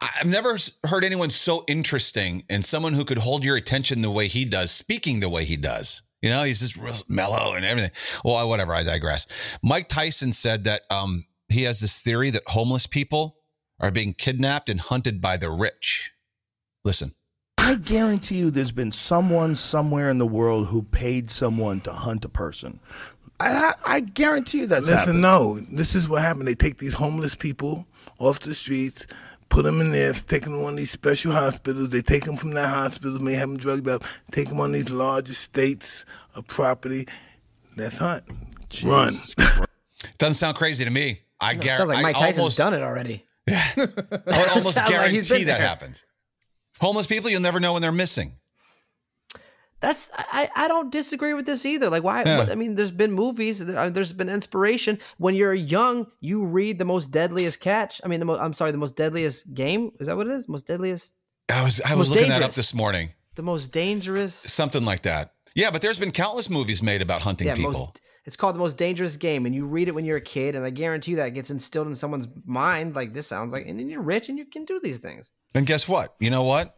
Speaker 2: I- I've never s- heard anyone so interesting and someone who could hold your attention the way he does, speaking the way he does. You know, he's just real mellow and everything. Well, I- whatever. I digress. Mike Tyson said that um, he has this theory that homeless people are being kidnapped and hunted by the rich. Listen,
Speaker 6: I guarantee you there's been someone somewhere in the world who paid someone to hunt a person. I, I, I guarantee you that's
Speaker 7: Listen,
Speaker 6: happened.
Speaker 7: no, this is what happened. They take these homeless people off the streets, put them in there, take them to one of these special hospitals. They take them from that hospital, may have them drugged up, take them on these large estates of property. Let's hunt, run.
Speaker 2: doesn't sound crazy to me. I
Speaker 4: No, it
Speaker 2: guarantee.
Speaker 4: sounds like Mike Tyson's
Speaker 2: almost,
Speaker 4: done it already.
Speaker 2: I would almost
Speaker 4: Sounds like
Speaker 2: guarantee
Speaker 4: he's been
Speaker 2: that
Speaker 4: there.
Speaker 2: happens. Homeless people, you'll never know when they're missing.
Speaker 4: That's I, I don't disagree with this either. Like why?
Speaker 2: Yeah.
Speaker 4: what- I mean, there's been movies, there- uh, there's been inspiration. When you're young, you read the most deadliest catch. I mean, the mo- I'm sorry, the most deadliest game. Is that what it is? Most deadliest,
Speaker 2: I was I was
Speaker 4: Most
Speaker 2: looking that up
Speaker 4: dangerous.
Speaker 2: this morning.
Speaker 4: the most dangerous.
Speaker 2: Something like that. Yeah, but there's been countless movies made about hunting people.
Speaker 4: most. It's called the most dangerous game, and you read it when you're a kid, and I guarantee you that gets instilled in someone's mind. Like this sounds like, and then you're rich and you can do these things.
Speaker 2: and guess what? You know what?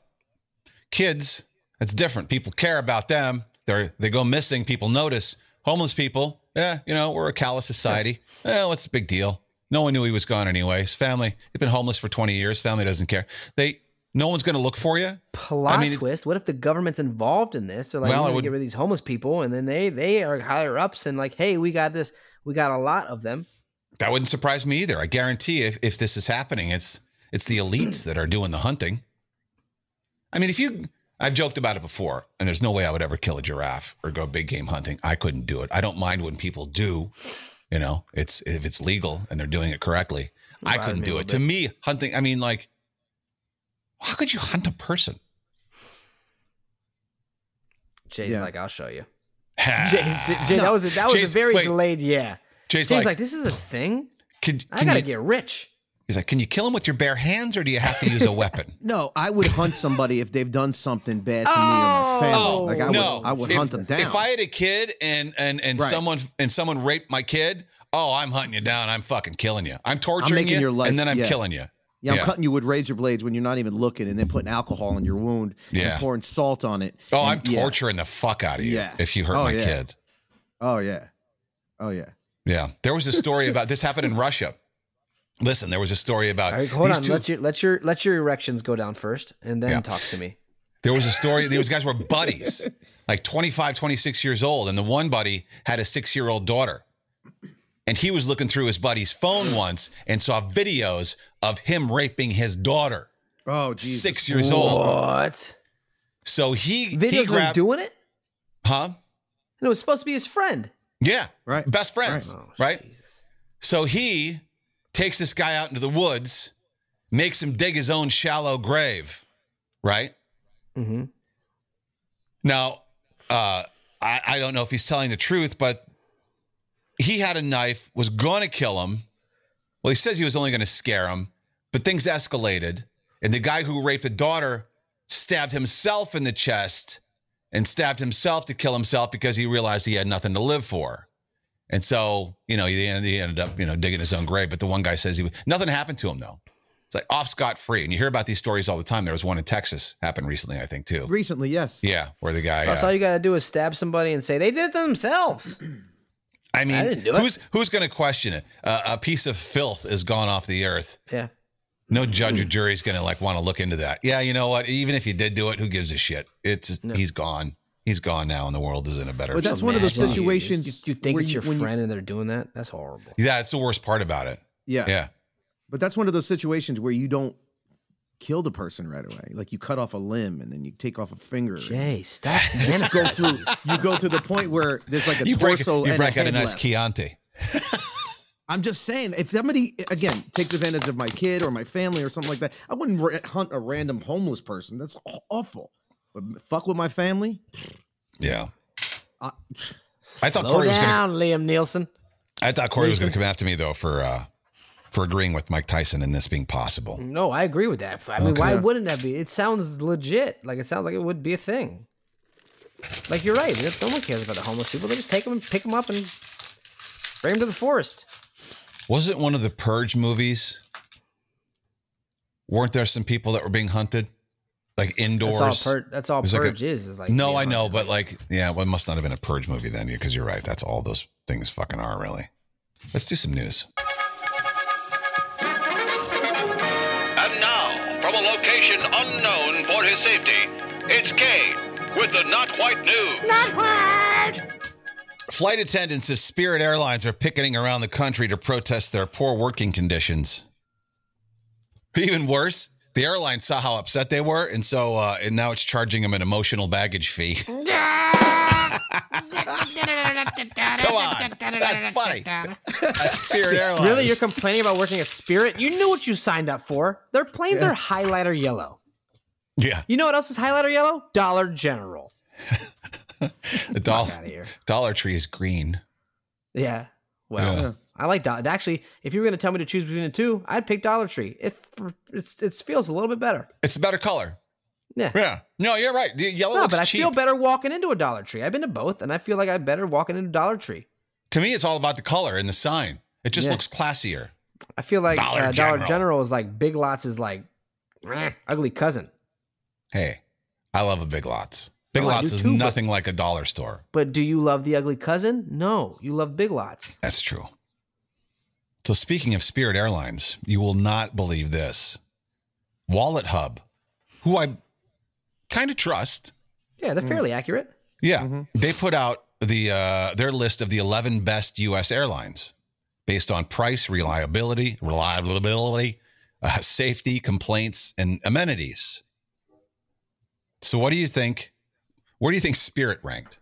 Speaker 2: Kids, that's different. People care about them. They're they go missing. People notice. Homeless people, yeah, you know, we're a callous society. Eh, what's the big deal? No one knew he was gone anyway. His family, they've been homeless for 20 years. Family doesn't care. They no one's gonna look for you.
Speaker 4: Plot
Speaker 2: mean, it-
Speaker 4: twist: What if the government's involved in this? They're like,
Speaker 2: Well, I
Speaker 4: we want to
Speaker 2: would-
Speaker 4: get rid of these homeless people, and then they they are higher ups, and like, hey, we got this. We got a lot of them.
Speaker 2: That wouldn't surprise me either. I guarantee if, if this is happening, it's it's the elites that are doing the hunting. I mean, if you I've joked about it before, and there's no way I would ever kill a giraffe or go big game hunting. I couldn't do it. I don't mind when people do, you know, it's if it's legal and they're doing it correctly. I
Speaker 4: Bothered
Speaker 2: couldn't
Speaker 4: me a
Speaker 2: do
Speaker 4: little
Speaker 2: it. To me, hunting, I mean, like, how could you hunt a person?
Speaker 4: Jay's
Speaker 5: Yeah.
Speaker 4: like, I'll show you. Jay,
Speaker 2: Jay,
Speaker 4: Jay
Speaker 5: No.
Speaker 4: that was a, that was
Speaker 2: Ah. Jay's-
Speaker 4: a very
Speaker 2: wait.
Speaker 4: delayed. Yeah,
Speaker 2: Jay's
Speaker 4: Jay's
Speaker 2: like,
Speaker 4: like, this is a thing.
Speaker 2: can,
Speaker 4: I
Speaker 2: can
Speaker 4: gotta
Speaker 2: you,
Speaker 4: get rich.
Speaker 2: he's like, can you kill him with your bare hands or do you have to use a weapon?
Speaker 5: No, I would hunt somebody if they've done something bad to me or my
Speaker 4: Oh,
Speaker 5: family. Like I
Speaker 2: no.
Speaker 5: would, I would
Speaker 2: If-
Speaker 5: hunt them down.
Speaker 2: If I had a kid and and and
Speaker 5: Right.
Speaker 2: someone and someone raped my kid, oh, I'm hunting you down. I'm fucking killing you. I'm torturing
Speaker 5: making
Speaker 2: you,
Speaker 5: your life-
Speaker 2: and then I'm
Speaker 5: yeah.
Speaker 2: killing you.
Speaker 5: yeah, I'm
Speaker 2: yeah.
Speaker 5: cutting you with razor blades when you're not even looking, and then putting alcohol in your wound
Speaker 2: Yeah.
Speaker 5: and pouring salt on it.
Speaker 2: Oh,
Speaker 5: And-
Speaker 2: I'm
Speaker 5: yeah.
Speaker 2: torturing the fuck out of you
Speaker 5: Yeah.
Speaker 2: if you hurt
Speaker 5: Oh,
Speaker 2: my
Speaker 5: yeah.
Speaker 2: kid.
Speaker 5: Oh yeah, oh yeah.
Speaker 2: Yeah, there was a story about this happened in Russia. Listen, there was a story about
Speaker 4: All right, hold
Speaker 2: these
Speaker 4: on.
Speaker 2: two-
Speaker 4: Let your let your let your erections go down first, and then
Speaker 2: Yeah.
Speaker 4: talk to me.
Speaker 2: There was a story, these guys were buddies, like 25, 26 years old. And the one buddy had a six year old daughter. And he was looking through his buddy's phone once and saw videos of him raping his daughter,
Speaker 5: Oh, Jesus.
Speaker 2: six years old.
Speaker 4: What
Speaker 2: So he, he
Speaker 4: videos were
Speaker 2: grabbed,
Speaker 4: doing it?
Speaker 2: huh?
Speaker 4: And it was supposed to be his friend.
Speaker 2: Yeah.
Speaker 5: Right.
Speaker 2: Best friends,
Speaker 4: Oh,
Speaker 2: right?
Speaker 4: Jesus.
Speaker 2: So he takes this guy out into the woods, makes him dig his own shallow grave, right?
Speaker 4: Mm-hmm.
Speaker 2: Now, uh, I, I don't know if he's telling the truth, but he had a knife, was going to kill him. Well, he says he was only going to scare him, but things escalated. And the guy who raped the daughter stabbed himself in the chest and stabbed himself to kill himself because he realized he had nothing to live for. And so, you know, he ended, he ended up, you know, digging his own grave. But the one guy says he was, nothing happened to him, though. It's like off scot free. And you hear about these stories all the time. There was one in Texas happened recently, I think, too.
Speaker 5: Recently, yes.
Speaker 2: Yeah, where the guy.
Speaker 4: So, so
Speaker 2: uh,
Speaker 4: all you gotta do is stab somebody and say they did it to themselves.
Speaker 2: I mean,
Speaker 4: I didn't do it.
Speaker 2: who's who's going to question it? Uh, a piece of filth is gone off the earth.
Speaker 4: Yeah.
Speaker 2: No
Speaker 4: Mm.
Speaker 2: judge or jury is going to like want to look into that. Yeah, you know what? Even if you did do it, who gives a shit? It's just, he's gone. He's gone now, and the world is in a better.
Speaker 5: But that's
Speaker 2: place.
Speaker 5: one of those
Speaker 4: Imagine you-
Speaker 5: situations.
Speaker 4: You, you think
Speaker 5: where
Speaker 4: it's
Speaker 5: you-
Speaker 4: your
Speaker 5: when you-
Speaker 4: friend and they're doing that? That's horrible.
Speaker 2: yeah, it's the worst part about it.
Speaker 5: yeah.
Speaker 2: Yeah,
Speaker 5: But that's one of those situations where you don't kill the person right away. Like you cut off a limb and then you take off a finger.
Speaker 4: Jay, stop.
Speaker 5: You go through. You go to the point where there's like a
Speaker 2: you break
Speaker 5: torso
Speaker 2: you
Speaker 5: and
Speaker 2: break
Speaker 5: a
Speaker 2: out
Speaker 5: head
Speaker 2: a nice
Speaker 5: left.
Speaker 2: Chianti.
Speaker 5: I'm just saying, if somebody again takes advantage of my kid or my family or something like that, I wouldn't ra- hunt a random homeless person. That's aw- awful. But fuck with my family.
Speaker 2: Yeah,
Speaker 5: I,
Speaker 2: I thought
Speaker 4: Uh, Slow
Speaker 2: Corey was going.
Speaker 4: down, Liam Nielsen.
Speaker 2: I thought Corey was going to come after me though for uh, for agreeing with Mike Tyson in this being possible.
Speaker 4: No, I agree with that. I mean, why wouldn't that be? It sounds legit. Like it sounds like it would be a thing. Like you're right. No one cares about the homeless people. They just take them and pick them up and bring them to the forest.
Speaker 2: Wasn't one of the Purge movies? Weren't there some people that were being hunted, like indoors?
Speaker 4: That's all. Pur- that's all
Speaker 2: There's like a-
Speaker 4: purge is. Is like
Speaker 2: no,
Speaker 4: being
Speaker 2: I know,
Speaker 4: hunted.
Speaker 2: but like, yeah, well, it must not have been a Purge movie then, because you're right. That's all those things fucking are really. Let's do some news.
Speaker 8: And now, from a location unknown for his safety, it's Kane with the Not White News.
Speaker 2: Flight attendants of Spirit Airlines are picketing around the country to protest their poor working conditions. Even worse, the airline saw how upset they were, and so uh, and now it's charging them an emotional baggage fee. Come on, that's funny. That's Spirit Airlines.
Speaker 4: Really, you're complaining about working at Spirit? You knew what you signed up for. Their planes are highlighter yellow.
Speaker 2: yeah,
Speaker 4: You know what else is highlighter yellow? Dollar General.
Speaker 2: the dollar
Speaker 4: Out of here.
Speaker 2: Dollar Tree is green.
Speaker 4: Yeah. Well,
Speaker 2: Yeah.
Speaker 4: I like Dollar. Actually, if you were going to tell me to choose between the two, I'd pick Dollar Tree. It it's, it feels a little bit better.
Speaker 2: It's a better color.
Speaker 4: Yeah.
Speaker 2: Yeah. No, you're right. The yellow
Speaker 4: No,
Speaker 2: Oh, looks
Speaker 4: but I
Speaker 2: cheap.
Speaker 4: feel better walking into a Dollar Tree. I've been to both, and I feel like I'm better walking into Dollar Tree.
Speaker 2: to me, it's all about the color and the sign. It just
Speaker 4: Yeah.
Speaker 2: looks classier.
Speaker 4: I feel like
Speaker 2: Dollar
Speaker 4: uh,
Speaker 2: General.
Speaker 4: Dollar General is like Big Lots is like eh, ugly cousin.
Speaker 2: Hey, I love a Big Lots. Big
Speaker 4: Oh, I
Speaker 2: Lots
Speaker 4: do
Speaker 2: is
Speaker 4: too, but-
Speaker 2: nothing like a dollar store.
Speaker 4: But do you love the ugly cousin? No, you love Big Lots.
Speaker 2: That's true. So, speaking of Spirit Airlines, you will not believe this. Wallet Hub, who I kind of trust,
Speaker 4: Yeah,
Speaker 2: Hmm.
Speaker 4: they're fairly accurate.
Speaker 2: yeah,
Speaker 4: Mm-hmm.
Speaker 2: they put out the uh, their list of the 11 best U.S. airlines based on price, reliability, reliability, uh, safety, complaints, and amenities. So, what do you think? Where do you think Spirit ranked?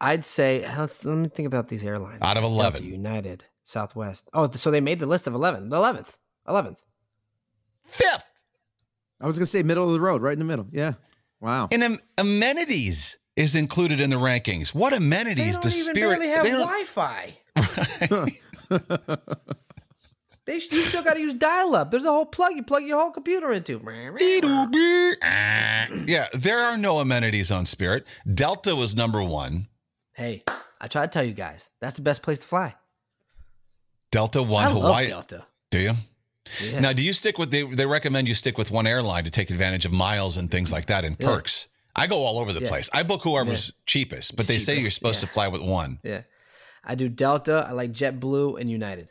Speaker 4: I'd say let's let me think about these airlines.
Speaker 2: Out of
Speaker 4: Delta,
Speaker 2: 11.
Speaker 4: United, Southwest. Oh, th- so they made the list of eleven. The eleventh, eleventh.
Speaker 2: Fifth
Speaker 5: I was gonna say middle of the road, right in the middle. Yeah. Wow.
Speaker 2: And am- amenities is included in the rankings. What amenities does Spirit? they don't-
Speaker 4: Fi. they sh- you still got to use dial up. There's a whole plug you plug your whole computer into.
Speaker 2: yeah, there are no amenities on Spirit. Delta was number one.
Speaker 4: Hey, I try to tell you guys that's the best place to fly.
Speaker 2: Delta one
Speaker 4: I love
Speaker 2: Hawaii.
Speaker 4: Delta.
Speaker 2: Do you?
Speaker 4: Yeah.
Speaker 2: Now, do you stick with they? They recommend you stick with one airline to take advantage of miles and things like that and
Speaker 4: Yeah.
Speaker 2: perks. I go all over the
Speaker 4: Yeah.
Speaker 2: place. I book whoever's cheapest, but they say you're
Speaker 4: Cheapest,
Speaker 2: supposed
Speaker 4: yeah.
Speaker 2: to fly with one.
Speaker 4: yeah, I do Delta. I like JetBlue and United.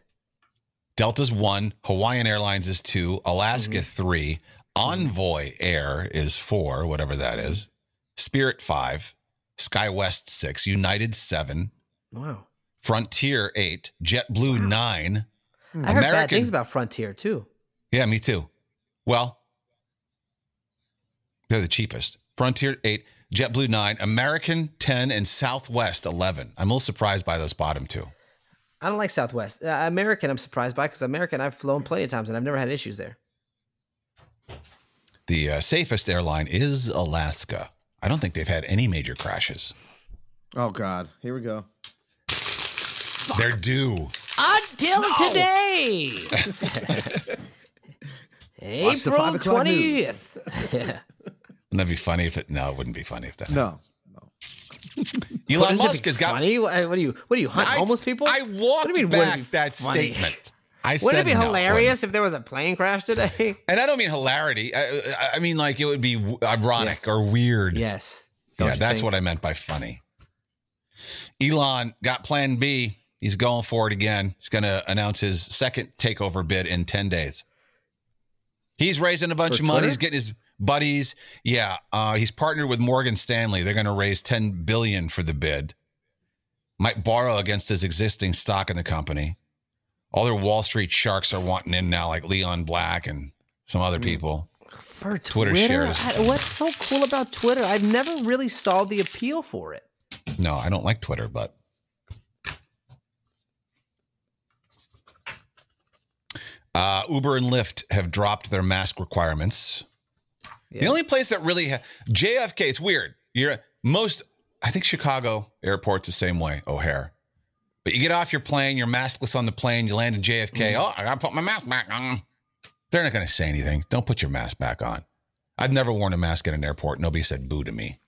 Speaker 2: Delta's one, Hawaiian Airlines is two, Alaska
Speaker 4: Mm-hmm.
Speaker 2: three, Envoy Air is four, whatever that
Speaker 4: Mm-hmm.
Speaker 2: is, Spirit five, SkyWest six, United seven,
Speaker 4: Wow,
Speaker 2: Frontier eight, JetBlue nine.
Speaker 4: I heard bad
Speaker 2: Hmm. American-
Speaker 4: things about Frontier too.
Speaker 2: Yeah, me too. Well, they're the cheapest. Frontier eight, JetBlue nine, American ten, and Southwest eleven. I'm a little surprised by those bottom two.
Speaker 4: I don't like Southwest. Uh, American, I'm surprised by because American, I've flown plenty of times and I've never had issues there.
Speaker 2: The uh, safest airline is Alaska. I don't think they've had any major crashes.
Speaker 5: Oh God. Here we go.
Speaker 2: They're due.
Speaker 3: Until today,
Speaker 5: Watch the
Speaker 3: April
Speaker 5: five o'clock news.
Speaker 3: twentieth.
Speaker 2: Wouldn't that be funny if it? No, it wouldn't be funny if that.
Speaker 5: No.
Speaker 2: Elon
Speaker 4: Wouldn't it
Speaker 2: Musk
Speaker 4: be
Speaker 2: has got
Speaker 4: funny. What, what do you? What do you hunt
Speaker 2: I-
Speaker 4: homeless people?
Speaker 2: I
Speaker 4: What do
Speaker 2: walked
Speaker 4: you mean, wouldn't it be
Speaker 2: back that
Speaker 4: funny?
Speaker 2: statement. I said
Speaker 4: Wouldn't it be
Speaker 2: no,
Speaker 4: hilarious if there was a plane crash today?
Speaker 2: And I don't mean hilarity. I, I- I mean like it would be w- ironic
Speaker 4: Yes.
Speaker 2: or weird.
Speaker 4: yes.
Speaker 2: yeah, that's what I meant by funny. Elon got Plan B. He's going for it again. He's going to announce his second takeover bid in ten days. He's raising a bunch
Speaker 5: For
Speaker 2: of money.
Speaker 5: Twitter?
Speaker 2: He's getting his buddies. Yeah, uh, he's partnered with Morgan Stanley. They're going to raise ten billion for the bid. Might borrow against his existing stock in the company. All their Wall Street sharks are wanting in now, like Leon Black and some
Speaker 5: Hmm.
Speaker 2: other people.
Speaker 4: for
Speaker 2: Twitter
Speaker 4: Twitter,
Speaker 2: shares.
Speaker 4: I- what's so cool about Twitter? I've never really saw the appeal for it.
Speaker 2: No, I don't like Twitter, but uh, Uber and Lyft have dropped their mask requirements. The
Speaker 4: Yeah.
Speaker 2: only place that really ha- JFK, it's weird. You're most, I think Chicago airport's the same way. O'Hare, But you get off your plane, you're maskless on the plane, you land in JFK.
Speaker 4: Mm-hmm.
Speaker 2: Oh, I gotta put my mask back on. They're not gonna say anything. Don't put your mask back on. I've never worn a mask at an airport. Nobody said boo to me,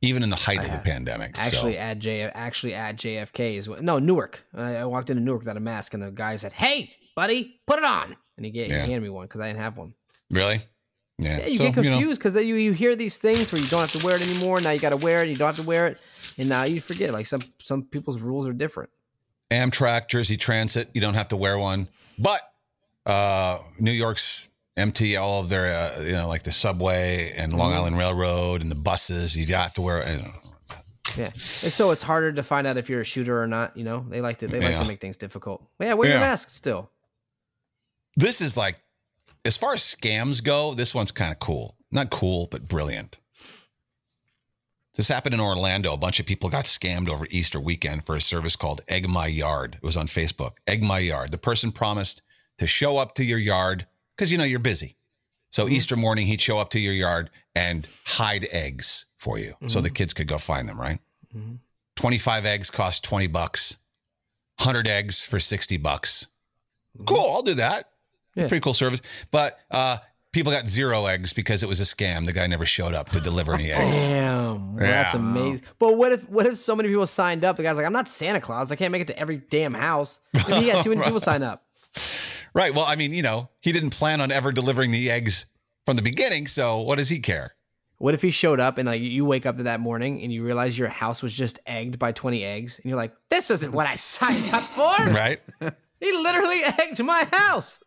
Speaker 2: even in the height of the pandemic.
Speaker 4: Actually,
Speaker 2: so,
Speaker 4: at J, actually at JFK is what, no Newark. I, I walked into Newark without a mask, and the guy said, "Hey, buddy, put it on," and he, gave,
Speaker 2: Yeah.
Speaker 4: he handed me one because I didn't have one.
Speaker 2: really? Yeah.
Speaker 4: Yeah, you
Speaker 2: So,
Speaker 4: get
Speaker 2: know,
Speaker 4: confused because you, you hear these things where you don't have to wear it anymore. Now you got to wear it. You don't have to wear it, and now you forget. Like some some people's rules are different.
Speaker 2: Amtrak, Jersey Transit, you don't have to wear one. But uh, New York's MT, all of their, uh, you know, like the subway and Long
Speaker 4: Mm-hmm.
Speaker 2: Island Railroad and the buses, you have to wear. I don't know.
Speaker 4: Yeah, and so it's harder to find out if you're a shooter or not. You know, they like to they like
Speaker 2: Yeah.
Speaker 4: to make things difficult. Yeah, wear your
Speaker 2: Yeah.
Speaker 4: mask still.
Speaker 2: This is like, as far as scams go, this one's kind of cool. Not cool, but brilliant. This happened in Orlando. A bunch of people got scammed over Easter weekend for a service called Egg My Yard. It was on Facebook. Egg My Yard. The person promised to show up to your yard because, you know, you're busy. So Easter morning, he'd show up to your yard and hide eggs for you so the kids could go find them, right? 25 eggs cost 20 bucks, 100 eggs for 60 bucks. Cool, I'll do that.
Speaker 4: Yeah.
Speaker 2: Pretty cool service. But uh, people got zero eggs because it was a scam. The guy never showed up to deliver any eggs.
Speaker 4: Damn, well, that's
Speaker 2: Yeah.
Speaker 4: amazing. But what if what if so many people signed up? The guy's like, I'm not Santa Claus. I can't make it to every damn house. Maybe he got too many people sign up.
Speaker 2: Right. Well, I mean, you know, he didn't plan on ever delivering the eggs from the beginning. So what does he care?
Speaker 4: What if he showed up and like you wake up to that morning and you realize your house was just egged by 20 eggs and you're like, this isn't what I signed up for.
Speaker 2: Right.
Speaker 4: He literally egged my house.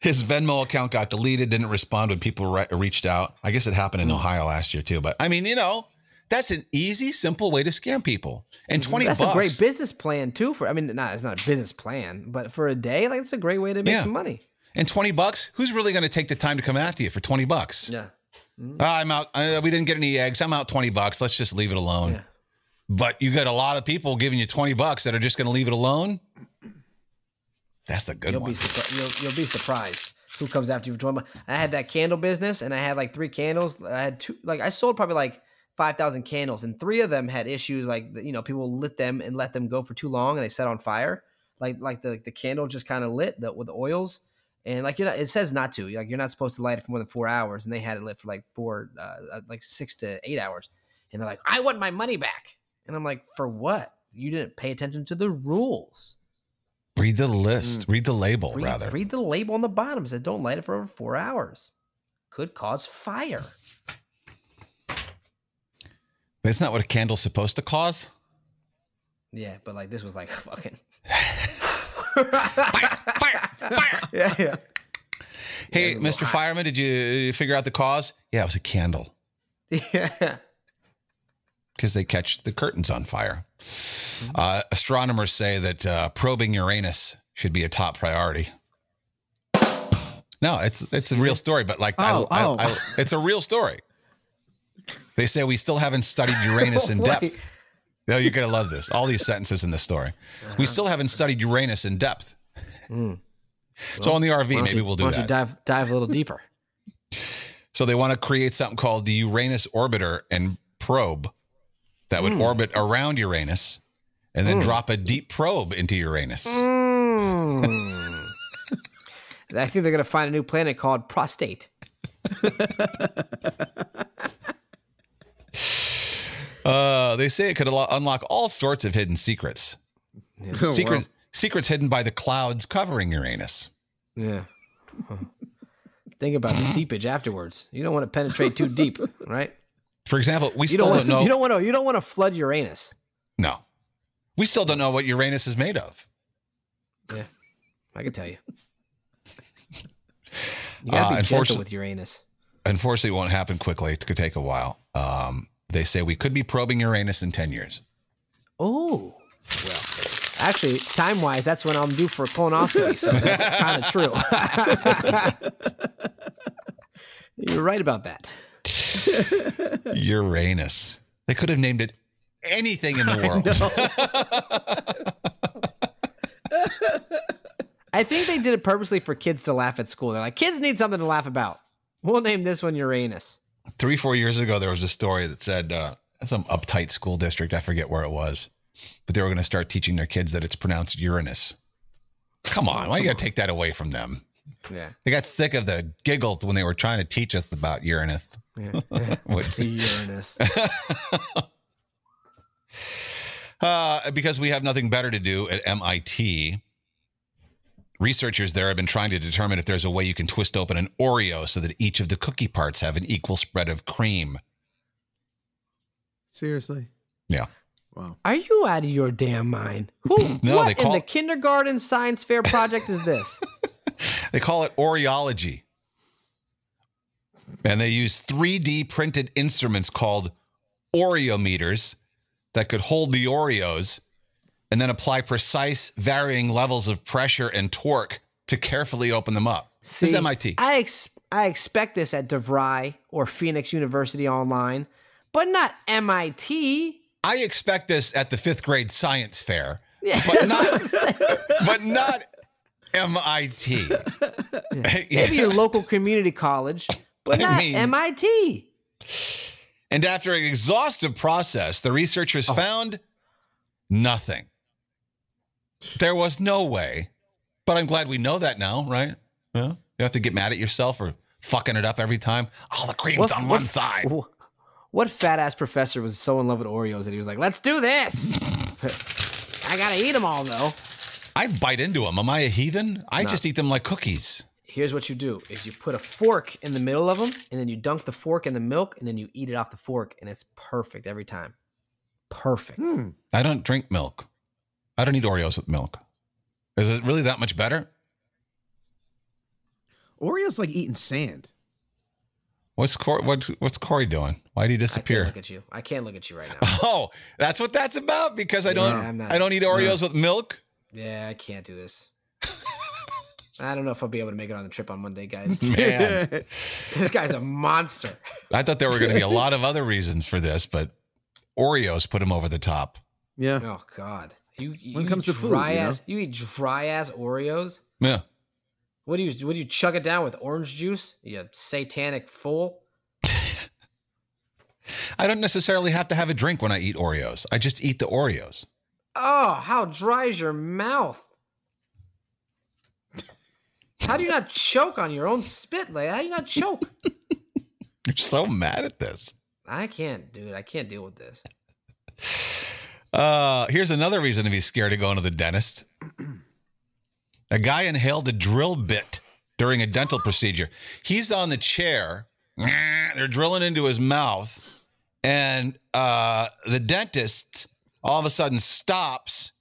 Speaker 2: His Venmo account got deleted, didn't respond when people re- reached out. I guess it happened in Ohio last year too. But Hmm. I mean, you know, that's an easy, simple way to scam people. And 20
Speaker 4: That's
Speaker 2: bucks.
Speaker 4: a great business plan too. For I mean, not it's not a business plan, but for a day, like it's a great way to make
Speaker 2: Yeah.
Speaker 4: some money.
Speaker 2: and 20 bucks, who's really going to take the time to come after you for 20 bucks?
Speaker 4: Yeah.
Speaker 2: "Ah, I'm out. Uh, we didn't get any eggs. I'm out 20 bucks. Let's just leave it alone.
Speaker 4: Yeah.
Speaker 2: But you got a lot of people giving you 20 bucks that are just going to leave it alone. That's a good
Speaker 4: You'll
Speaker 2: one.
Speaker 4: be surpri- you'll, you'll be surprised who comes after you for twenty. bucks. I had that candle business, and I had like three candles. I had two, like I sold probably like five thousand candles, and three of them had issues. Like you know, people lit them and let them go for too long, and they set on fire. Like like the like the candle just kind of lit the, with the oils, and like you're not. It says not to. Like you're not supposed to light it for more than four hours, and they had it lit for like four, uh, uh, like six to eight hours, and they're like, I want my money back, and I'm like, for what? You didn't pay attention to the rules.
Speaker 2: Read the list, read the label,
Speaker 4: Mm. Read,
Speaker 2: rather.
Speaker 4: read the label on the bottom. It says don't light it for over four hours. Could cause fire.
Speaker 2: That's not what a candle's supposed to cause.
Speaker 4: Yeah, but like this was like fucking.
Speaker 2: Fire, fire.
Speaker 4: Yeah, yeah.
Speaker 2: Hey, Mr. Fireman, did you uh, figure out the cause? Yeah, it was a candle
Speaker 4: yeah.
Speaker 2: because they catch the curtains on fire. Uh, astronomers say that uh, probing Uranus should be a top priority. No, it's it's a real story, but like I-
Speaker 5: Oh,
Speaker 2: I-
Speaker 5: oh.
Speaker 2: I- it's a real story. They say we still haven't studied Uranus in
Speaker 4: Wait.
Speaker 2: depth. No, you're gonna love this. All these sentences in this story.
Speaker 4: Uh-huh.
Speaker 2: We still haven't studied Uranus in depth. so on the RV,
Speaker 4: Why don't
Speaker 2: maybe
Speaker 4: you-
Speaker 2: we'll do
Speaker 4: Hmm. why
Speaker 2: that.
Speaker 4: don't you dive dive a little deeper?
Speaker 2: So they want to create something called the Uranus orbiter and probe that
Speaker 4: Hmm.
Speaker 2: would orbit around Uranus and then drop a deep probe into Uranus.
Speaker 4: Hmm. Mm. I think they're gonna find a new planet called prostate.
Speaker 2: Uh, they say it could al- unlock all sorts of hidden secrets.
Speaker 5: Oh, wow.
Speaker 2: Secret secrets hidden by the clouds covering Uranus.
Speaker 4: Yeah. Think about the seepage afterwards. You don't want to penetrate too deep, right?
Speaker 2: For example, we
Speaker 4: You
Speaker 2: still
Speaker 4: don't,
Speaker 2: don't
Speaker 4: want,
Speaker 2: know.
Speaker 4: you don't want to you don't want to flood Uranus.
Speaker 2: no, we still don't know what Uranus is made of.
Speaker 4: I can tell you. You gotta
Speaker 2: Uh,
Speaker 4: be gentle
Speaker 2: unfortunate-
Speaker 4: with Uranus.
Speaker 2: Unfortunately, it won't happen quickly. It could take a while. Um, they say we could be probing Uranus in ten years.
Speaker 4: Oh, well, actually, time wise, that's when I'm due for a colonoscopy. So that's kind of true. You're right about that.
Speaker 2: Uranus. They could have named it anything in the world.
Speaker 4: I think they did it purposely for kids to laugh at school. They're like, kids need something to laugh about. We'll name this one Uranus.
Speaker 2: three four years ago there was a story that said uh, some uptight school district i forget where it was but they were going to start teaching their kids that it's pronounced Uranus. Come on, why you got to take that away from them?
Speaker 4: Yeah.
Speaker 2: They got sick of the giggles when they were trying to teach us about Uranus.
Speaker 4: yeah.
Speaker 2: Which,
Speaker 4: Uranus.
Speaker 2: uh, because we have nothing better to do at MIT, researchers there have been trying to determine if there's a way you can twist open an Oreo so that each of the cookie parts have an equal spread of cream.
Speaker 5: Seriously.
Speaker 2: Yeah.
Speaker 5: Wow.
Speaker 4: Are you out of your damn mind? Who?
Speaker 2: No,
Speaker 4: what
Speaker 2: they call-
Speaker 4: in the kindergarten science fair project is this?
Speaker 2: They call it Oreology. And they use 3D printed instruments called Oreometers that could hold the Oreos and then apply precise varying levels of pressure and torque to carefully open them up. this is
Speaker 4: See,
Speaker 2: MIT.
Speaker 4: I ex- I expect this at DeVry or Phoenix University Online, but not MIT.
Speaker 2: I expect this at the fifth grade science fair,
Speaker 4: Yeah,
Speaker 2: but
Speaker 4: that's what
Speaker 2: not,
Speaker 4: I'm saying.
Speaker 2: but not MIT.
Speaker 4: Maybe your local community college, but
Speaker 2: I
Speaker 4: not
Speaker 2: mean-
Speaker 4: MIT.
Speaker 2: And after an exhaustive process, the researchers
Speaker 4: Oh.
Speaker 2: found nothing. There was no way. But I'm glad we know that now, right? Yeah. You have to get mad at yourself for fucking it up every time. All the cream's on one side.
Speaker 4: wh- What fat ass professor was so in love with Oreos that he was like, "Let's do this." I gotta eat them all though.
Speaker 2: I bite into them. Am I a heathen? I just eat them like cookies.
Speaker 4: here's what you do is you put a fork in the middle of them and then you dunk the fork in the milk and then you eat it off the fork and it's perfect every time perfect
Speaker 2: I don't drink milk. I don't eat Oreos with milk. Is it really that much better?
Speaker 5: Oreo's like eating sand.
Speaker 2: What's Corey, what's, what's Corey doing? Why'd he
Speaker 4: i can't
Speaker 2: disappear?
Speaker 4: look at you i can't look at you right now
Speaker 2: Oh, that's what that's about because I don't
Speaker 4: Yeah, I'm not-
Speaker 2: I don't eat Oreos with milk.
Speaker 4: yeah i can't do this i don't know if i'll be able to make it on the trip on monday guys
Speaker 2: Man.
Speaker 4: this guy's a monster
Speaker 2: I thought there were going to be a lot of other reasons for this, but Oreos put him over the top.
Speaker 5: Yeah.
Speaker 4: oh god you, you
Speaker 5: When it
Speaker 4: eat
Speaker 5: comes to food,
Speaker 4: dry
Speaker 5: you know?
Speaker 4: ass you eat dry ass oreos
Speaker 2: Yeah.
Speaker 4: what do you what do you chug it down with orange juice you satanic fool
Speaker 2: I don't necessarily have to have a drink when I eat Oreos. I just eat the Oreos.
Speaker 4: Oh, how dry is your mouth? How do you not choke on your own spit? Like, how do you not choke?
Speaker 2: You're so mad at this.
Speaker 4: I can't, dude. I can't deal with this.
Speaker 2: Uh, here's another reason to be scared of going to the dentist. A guy inhaled a drill bit during a dental procedure. He's on the chair. They're drilling into his mouth. And uh, the dentist all of a sudden stops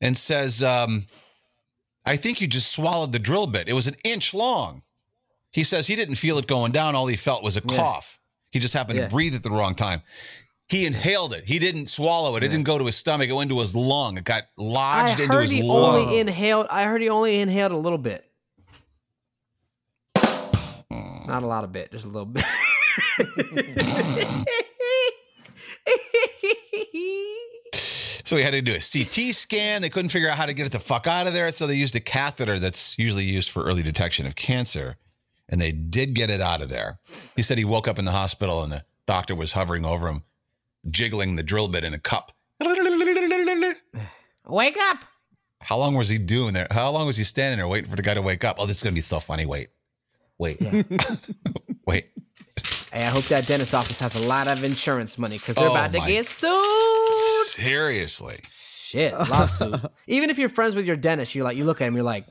Speaker 2: and says, um, I think you just swallowed the drill bit. It was an inch long. He says he didn't feel it going down. All he felt was a cough. He just happened
Speaker 4: Yeah.
Speaker 2: to breathe at the wrong time. He inhaled it. He didn't swallow it. It didn't go to his stomach. It went into his lung. It got lodged
Speaker 4: I
Speaker 2: into
Speaker 4: heard
Speaker 2: his
Speaker 4: he
Speaker 2: lung.
Speaker 4: only inhaled. I heard he only inhaled a little bit. Not a lot of bit, just a little bit.
Speaker 2: So he had to do a CT scan. They couldn't figure out how to get it the fuck out of there. So they used a catheter that's usually used for early detection of cancer. And they did get it out of there. He said he woke up in the hospital and the doctor was hovering over him, jiggling the drill bit in a cup.
Speaker 3: Wake up!
Speaker 2: How long was he doing there? How long was he standing there waiting for the guy to wake up? Oh, this is going to be so funny. Wait, wait, wait.
Speaker 4: hey, I hope that dentist office has a lot of insurance money because they're
Speaker 2: Oh
Speaker 4: about to
Speaker 2: my-
Speaker 4: get sued.
Speaker 2: Seriously.
Speaker 4: Shit, lawsuit. Even if you're friends with your dentist, you're like, you look at him, you're like,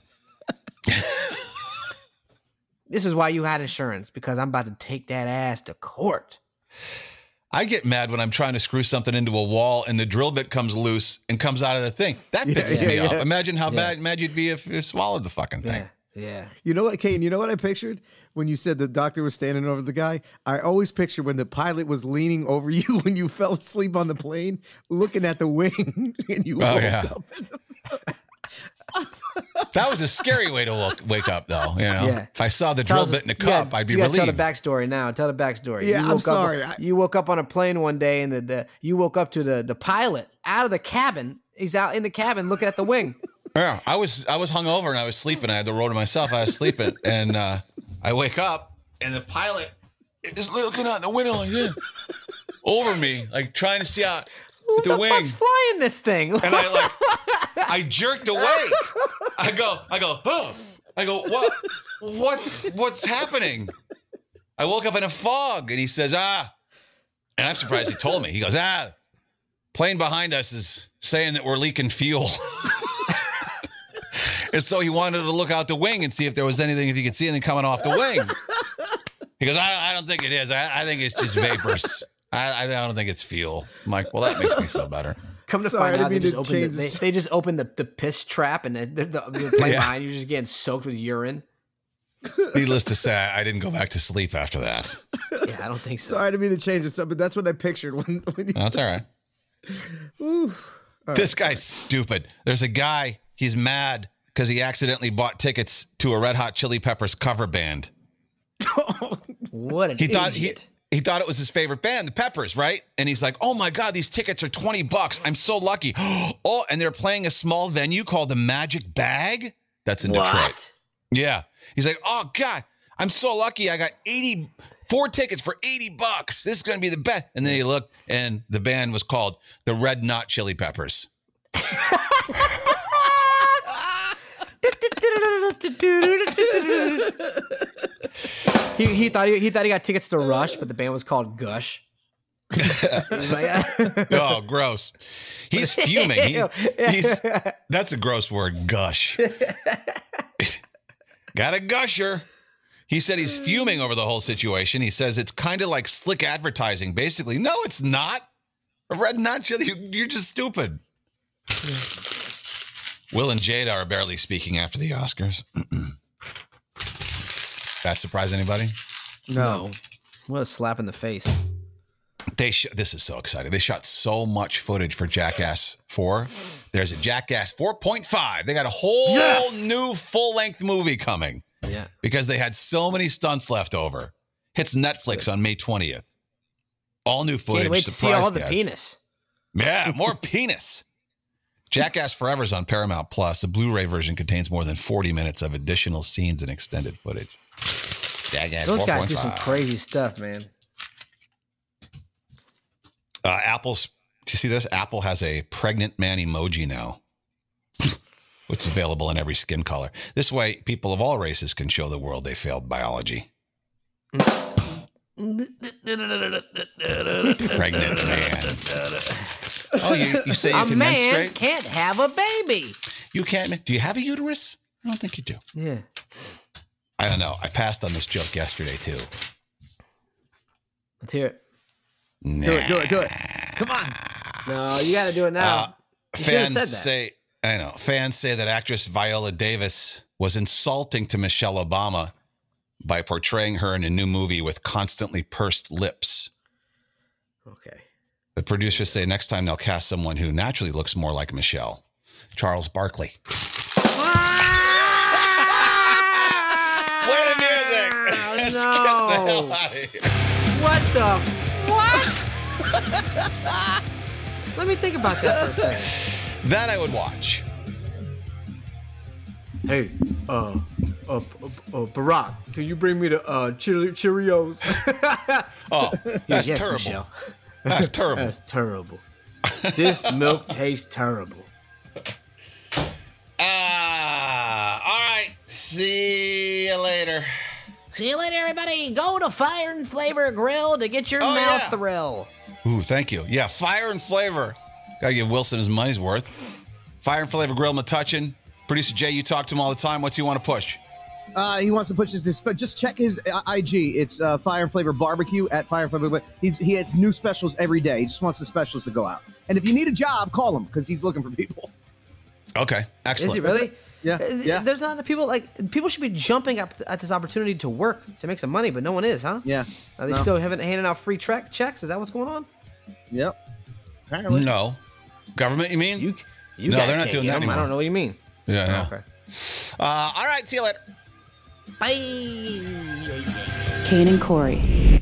Speaker 4: this is why you had insurance because I'm about to take that ass to court.
Speaker 2: I get mad when I'm trying to screw something into a wall and the drill bit comes loose and comes out of the thing. That pisses me off. Imagine how bad mad you'd be if you swallowed the fucking thing.
Speaker 4: Yeah, yeah.
Speaker 5: You know what, Kane? You know what I pictured when you said the doctor was standing over the guy. I always picture when the pilot was leaning over you when you fell asleep on the plane, looking at the wing, and you
Speaker 2: Oh,
Speaker 5: woke
Speaker 2: yeah.
Speaker 5: up.
Speaker 2: That was a scary way to woke, wake up, though. You know,
Speaker 4: Yeah.
Speaker 2: if I saw the
Speaker 4: Tell
Speaker 2: drill
Speaker 4: us-
Speaker 2: bit in a
Speaker 4: you
Speaker 2: cup,
Speaker 4: gotta-
Speaker 2: I'd be
Speaker 4: you gotta
Speaker 2: relieved.
Speaker 4: Tell the backstory now. Tell the backstory.
Speaker 5: Yeah,
Speaker 4: you
Speaker 5: I'm
Speaker 4: woke
Speaker 5: sorry,
Speaker 4: Up,
Speaker 5: I-
Speaker 4: you woke up on a plane one day, and the, the you woke up to the the pilot out of the cabin. He's out in the cabin looking at the wing.
Speaker 2: Yeah, I was I was hungover and I was sleeping. I had the road to myself. I was sleeping, and uh, I wake up and the pilot is looking out the window like this over me, like trying to see out.
Speaker 4: Who
Speaker 2: The
Speaker 4: the,
Speaker 2: wing.
Speaker 4: fuck's flying this thing?
Speaker 2: and I like I jerked awake. I go, I go, huh. I go, what what's what's happening? I woke up in a fog and he says, ah. And I'm surprised he told me. He goes, ah, plane behind us is saying that we're leaking fuel. and so he wanted to look out the wing and see if there was anything, if he could see anything coming off the wing. He goes, I, I don't think it is. I, I think it's just vapors. I, I don't think it's fuel. I'm like, well, that makes me feel better.
Speaker 4: Come to
Speaker 5: Sorry, I
Speaker 4: find out, they
Speaker 5: didn't mean
Speaker 4: just, opened
Speaker 5: to
Speaker 4: the,
Speaker 5: change
Speaker 4: they,
Speaker 5: this.
Speaker 4: they just opened the, the piss trap, and the, the, the, the plane
Speaker 2: Yeah.
Speaker 4: behind you just getting soaked with urine.
Speaker 2: Needless to say, I didn't go back to sleep after that.
Speaker 4: Yeah, I don't think so.
Speaker 5: Sorry to be the change of stuff, but that's what I pictured when, when you.
Speaker 2: That's all right. this guy's stupid. There's a guy, he's mad because he accidentally bought tickets to a Red Hot Chili Peppers cover band.
Speaker 5: Oh.
Speaker 4: What an
Speaker 2: He thought he,
Speaker 4: idiot.
Speaker 2: he thought it was his favorite band, the Peppers, right? And he's like, "Oh my god, these tickets are 20 bucks. I'm so lucky." oh, and they're playing a small venue called the Magic Bag. That's in Detroit.
Speaker 4: what?
Speaker 2: Yeah. He's like, oh God, I'm so lucky. I got 80, four tickets for 80 bucks. This is going to be the best. And then he looked and the band was called the Red Knot Chili Peppers.
Speaker 4: He, he thought he, he thought he got tickets to Rush, but the band was called Gush. He's like,
Speaker 2: Oh, gross. He's fuming. He- he's, that's a gross word, gush. got a gusher. He said he's fuming over the whole situation. He says it's kind of like slick advertising, basically. No, it's not. A red knot chili, you- you're just stupid. Will and Jada are barely speaking after the Oscars. that surprise anybody?
Speaker 4: no, what a slap in the face!
Speaker 2: they sh- this is so exciting. They shot so much footage for Jackass 4. There's a Jackass 4.5. They got a whole
Speaker 4: Yes!
Speaker 2: new full-length movie coming
Speaker 4: Yeah,
Speaker 2: because they had so many stunts left over. Hits Netflix on May 20th. All new footage.
Speaker 4: can't wait to see
Speaker 2: surprise
Speaker 4: all the
Speaker 2: guys.
Speaker 4: penis.
Speaker 2: Yeah, more penis. Jackass Forever is on Paramount Plus. The Blu-ray version contains more than 40 minutes of additional scenes and extended footage. Jackass
Speaker 4: Those guys do some
Speaker 2: 4.5.
Speaker 4: crazy stuff, man.
Speaker 2: Uh, Apple's. Do you see this? Apple has a pregnant man emoji now, which is available in every skin color. This way, people of all races can show the world they failed biology. pregnant man. Oh, you, you say you
Speaker 4: A
Speaker 2: can
Speaker 4: man
Speaker 2: menstruate?
Speaker 4: can't have a baby.
Speaker 2: you can't. men- Do you have a uterus? I don't think you do.
Speaker 4: Yeah,
Speaker 2: I don't know. I passed on this joke yesterday too.
Speaker 4: let's hear it.
Speaker 2: Nah.
Speaker 5: Do it, do it, do it.
Speaker 4: No, you got to do it now.
Speaker 2: Uh,
Speaker 4: You should've
Speaker 2: fans
Speaker 4: said that.
Speaker 2: say I know. Fans say that actress Viola Davis was insulting to Michelle Obama by portraying her in a new movie with constantly pursed lips.
Speaker 4: okay.
Speaker 2: The producers say next time they'll cast someone who naturally looks more like Michelle. Charles Barkley. Ah. Play the music. Let's get the hell
Speaker 4: Ah! no.
Speaker 2: out of here.
Speaker 4: What the? What? Let me think about that for a second.
Speaker 2: That I would watch.
Speaker 5: Hey, uh, uh, uh, Barack, can you bring me the uh, Cheerios?
Speaker 2: Oh, that's
Speaker 4: yes,
Speaker 2: terrible.
Speaker 4: Michelle.
Speaker 2: That's terrible.
Speaker 5: That's terrible.
Speaker 4: This milk tastes terrible.
Speaker 2: Ah, all right. See you later.
Speaker 4: See you later, everybody. Go to Fire and Flavor Grill to get your
Speaker 2: Oh,
Speaker 4: mouth
Speaker 2: yeah.
Speaker 4: thrill.
Speaker 2: Ooh, thank you. Yeah, fire and flavor. Gotta give Wilson his money's worth. Fire and flavor grill McTutchin. Producer Jay, you talk to him all the time. What's he want to push?
Speaker 5: Uh, he wants to push his, but just check his I- IG. It's uh, Fire and Flavor Barbecue at Fire and Flavor. Bar- He's, he has new specials every day. He just wants the specials to go out. And if you need a job, call him because he's looking for people.
Speaker 2: Okay, excellent.
Speaker 4: Is it really?
Speaker 5: Yeah,
Speaker 4: Uh,
Speaker 5: yeah.
Speaker 4: There's not enough people like people should be jumping up at this opportunity to work to make some money, but no one is, huh?
Speaker 5: Yeah.
Speaker 4: Are they
Speaker 5: No.
Speaker 4: still haven't handing out free track checks? Is that what's going on?
Speaker 5: Yep. Apparently.
Speaker 2: No. Government, you mean?
Speaker 4: You, you
Speaker 2: No,
Speaker 4: guys
Speaker 2: they're not
Speaker 4: can't
Speaker 2: doing
Speaker 4: get
Speaker 2: that
Speaker 4: them. I
Speaker 2: anymore.
Speaker 4: don't know what you mean.
Speaker 2: yeah, yeah.
Speaker 4: Okay.
Speaker 2: Uh, all right, see you later.
Speaker 4: Bye.
Speaker 1: Kane and Corey.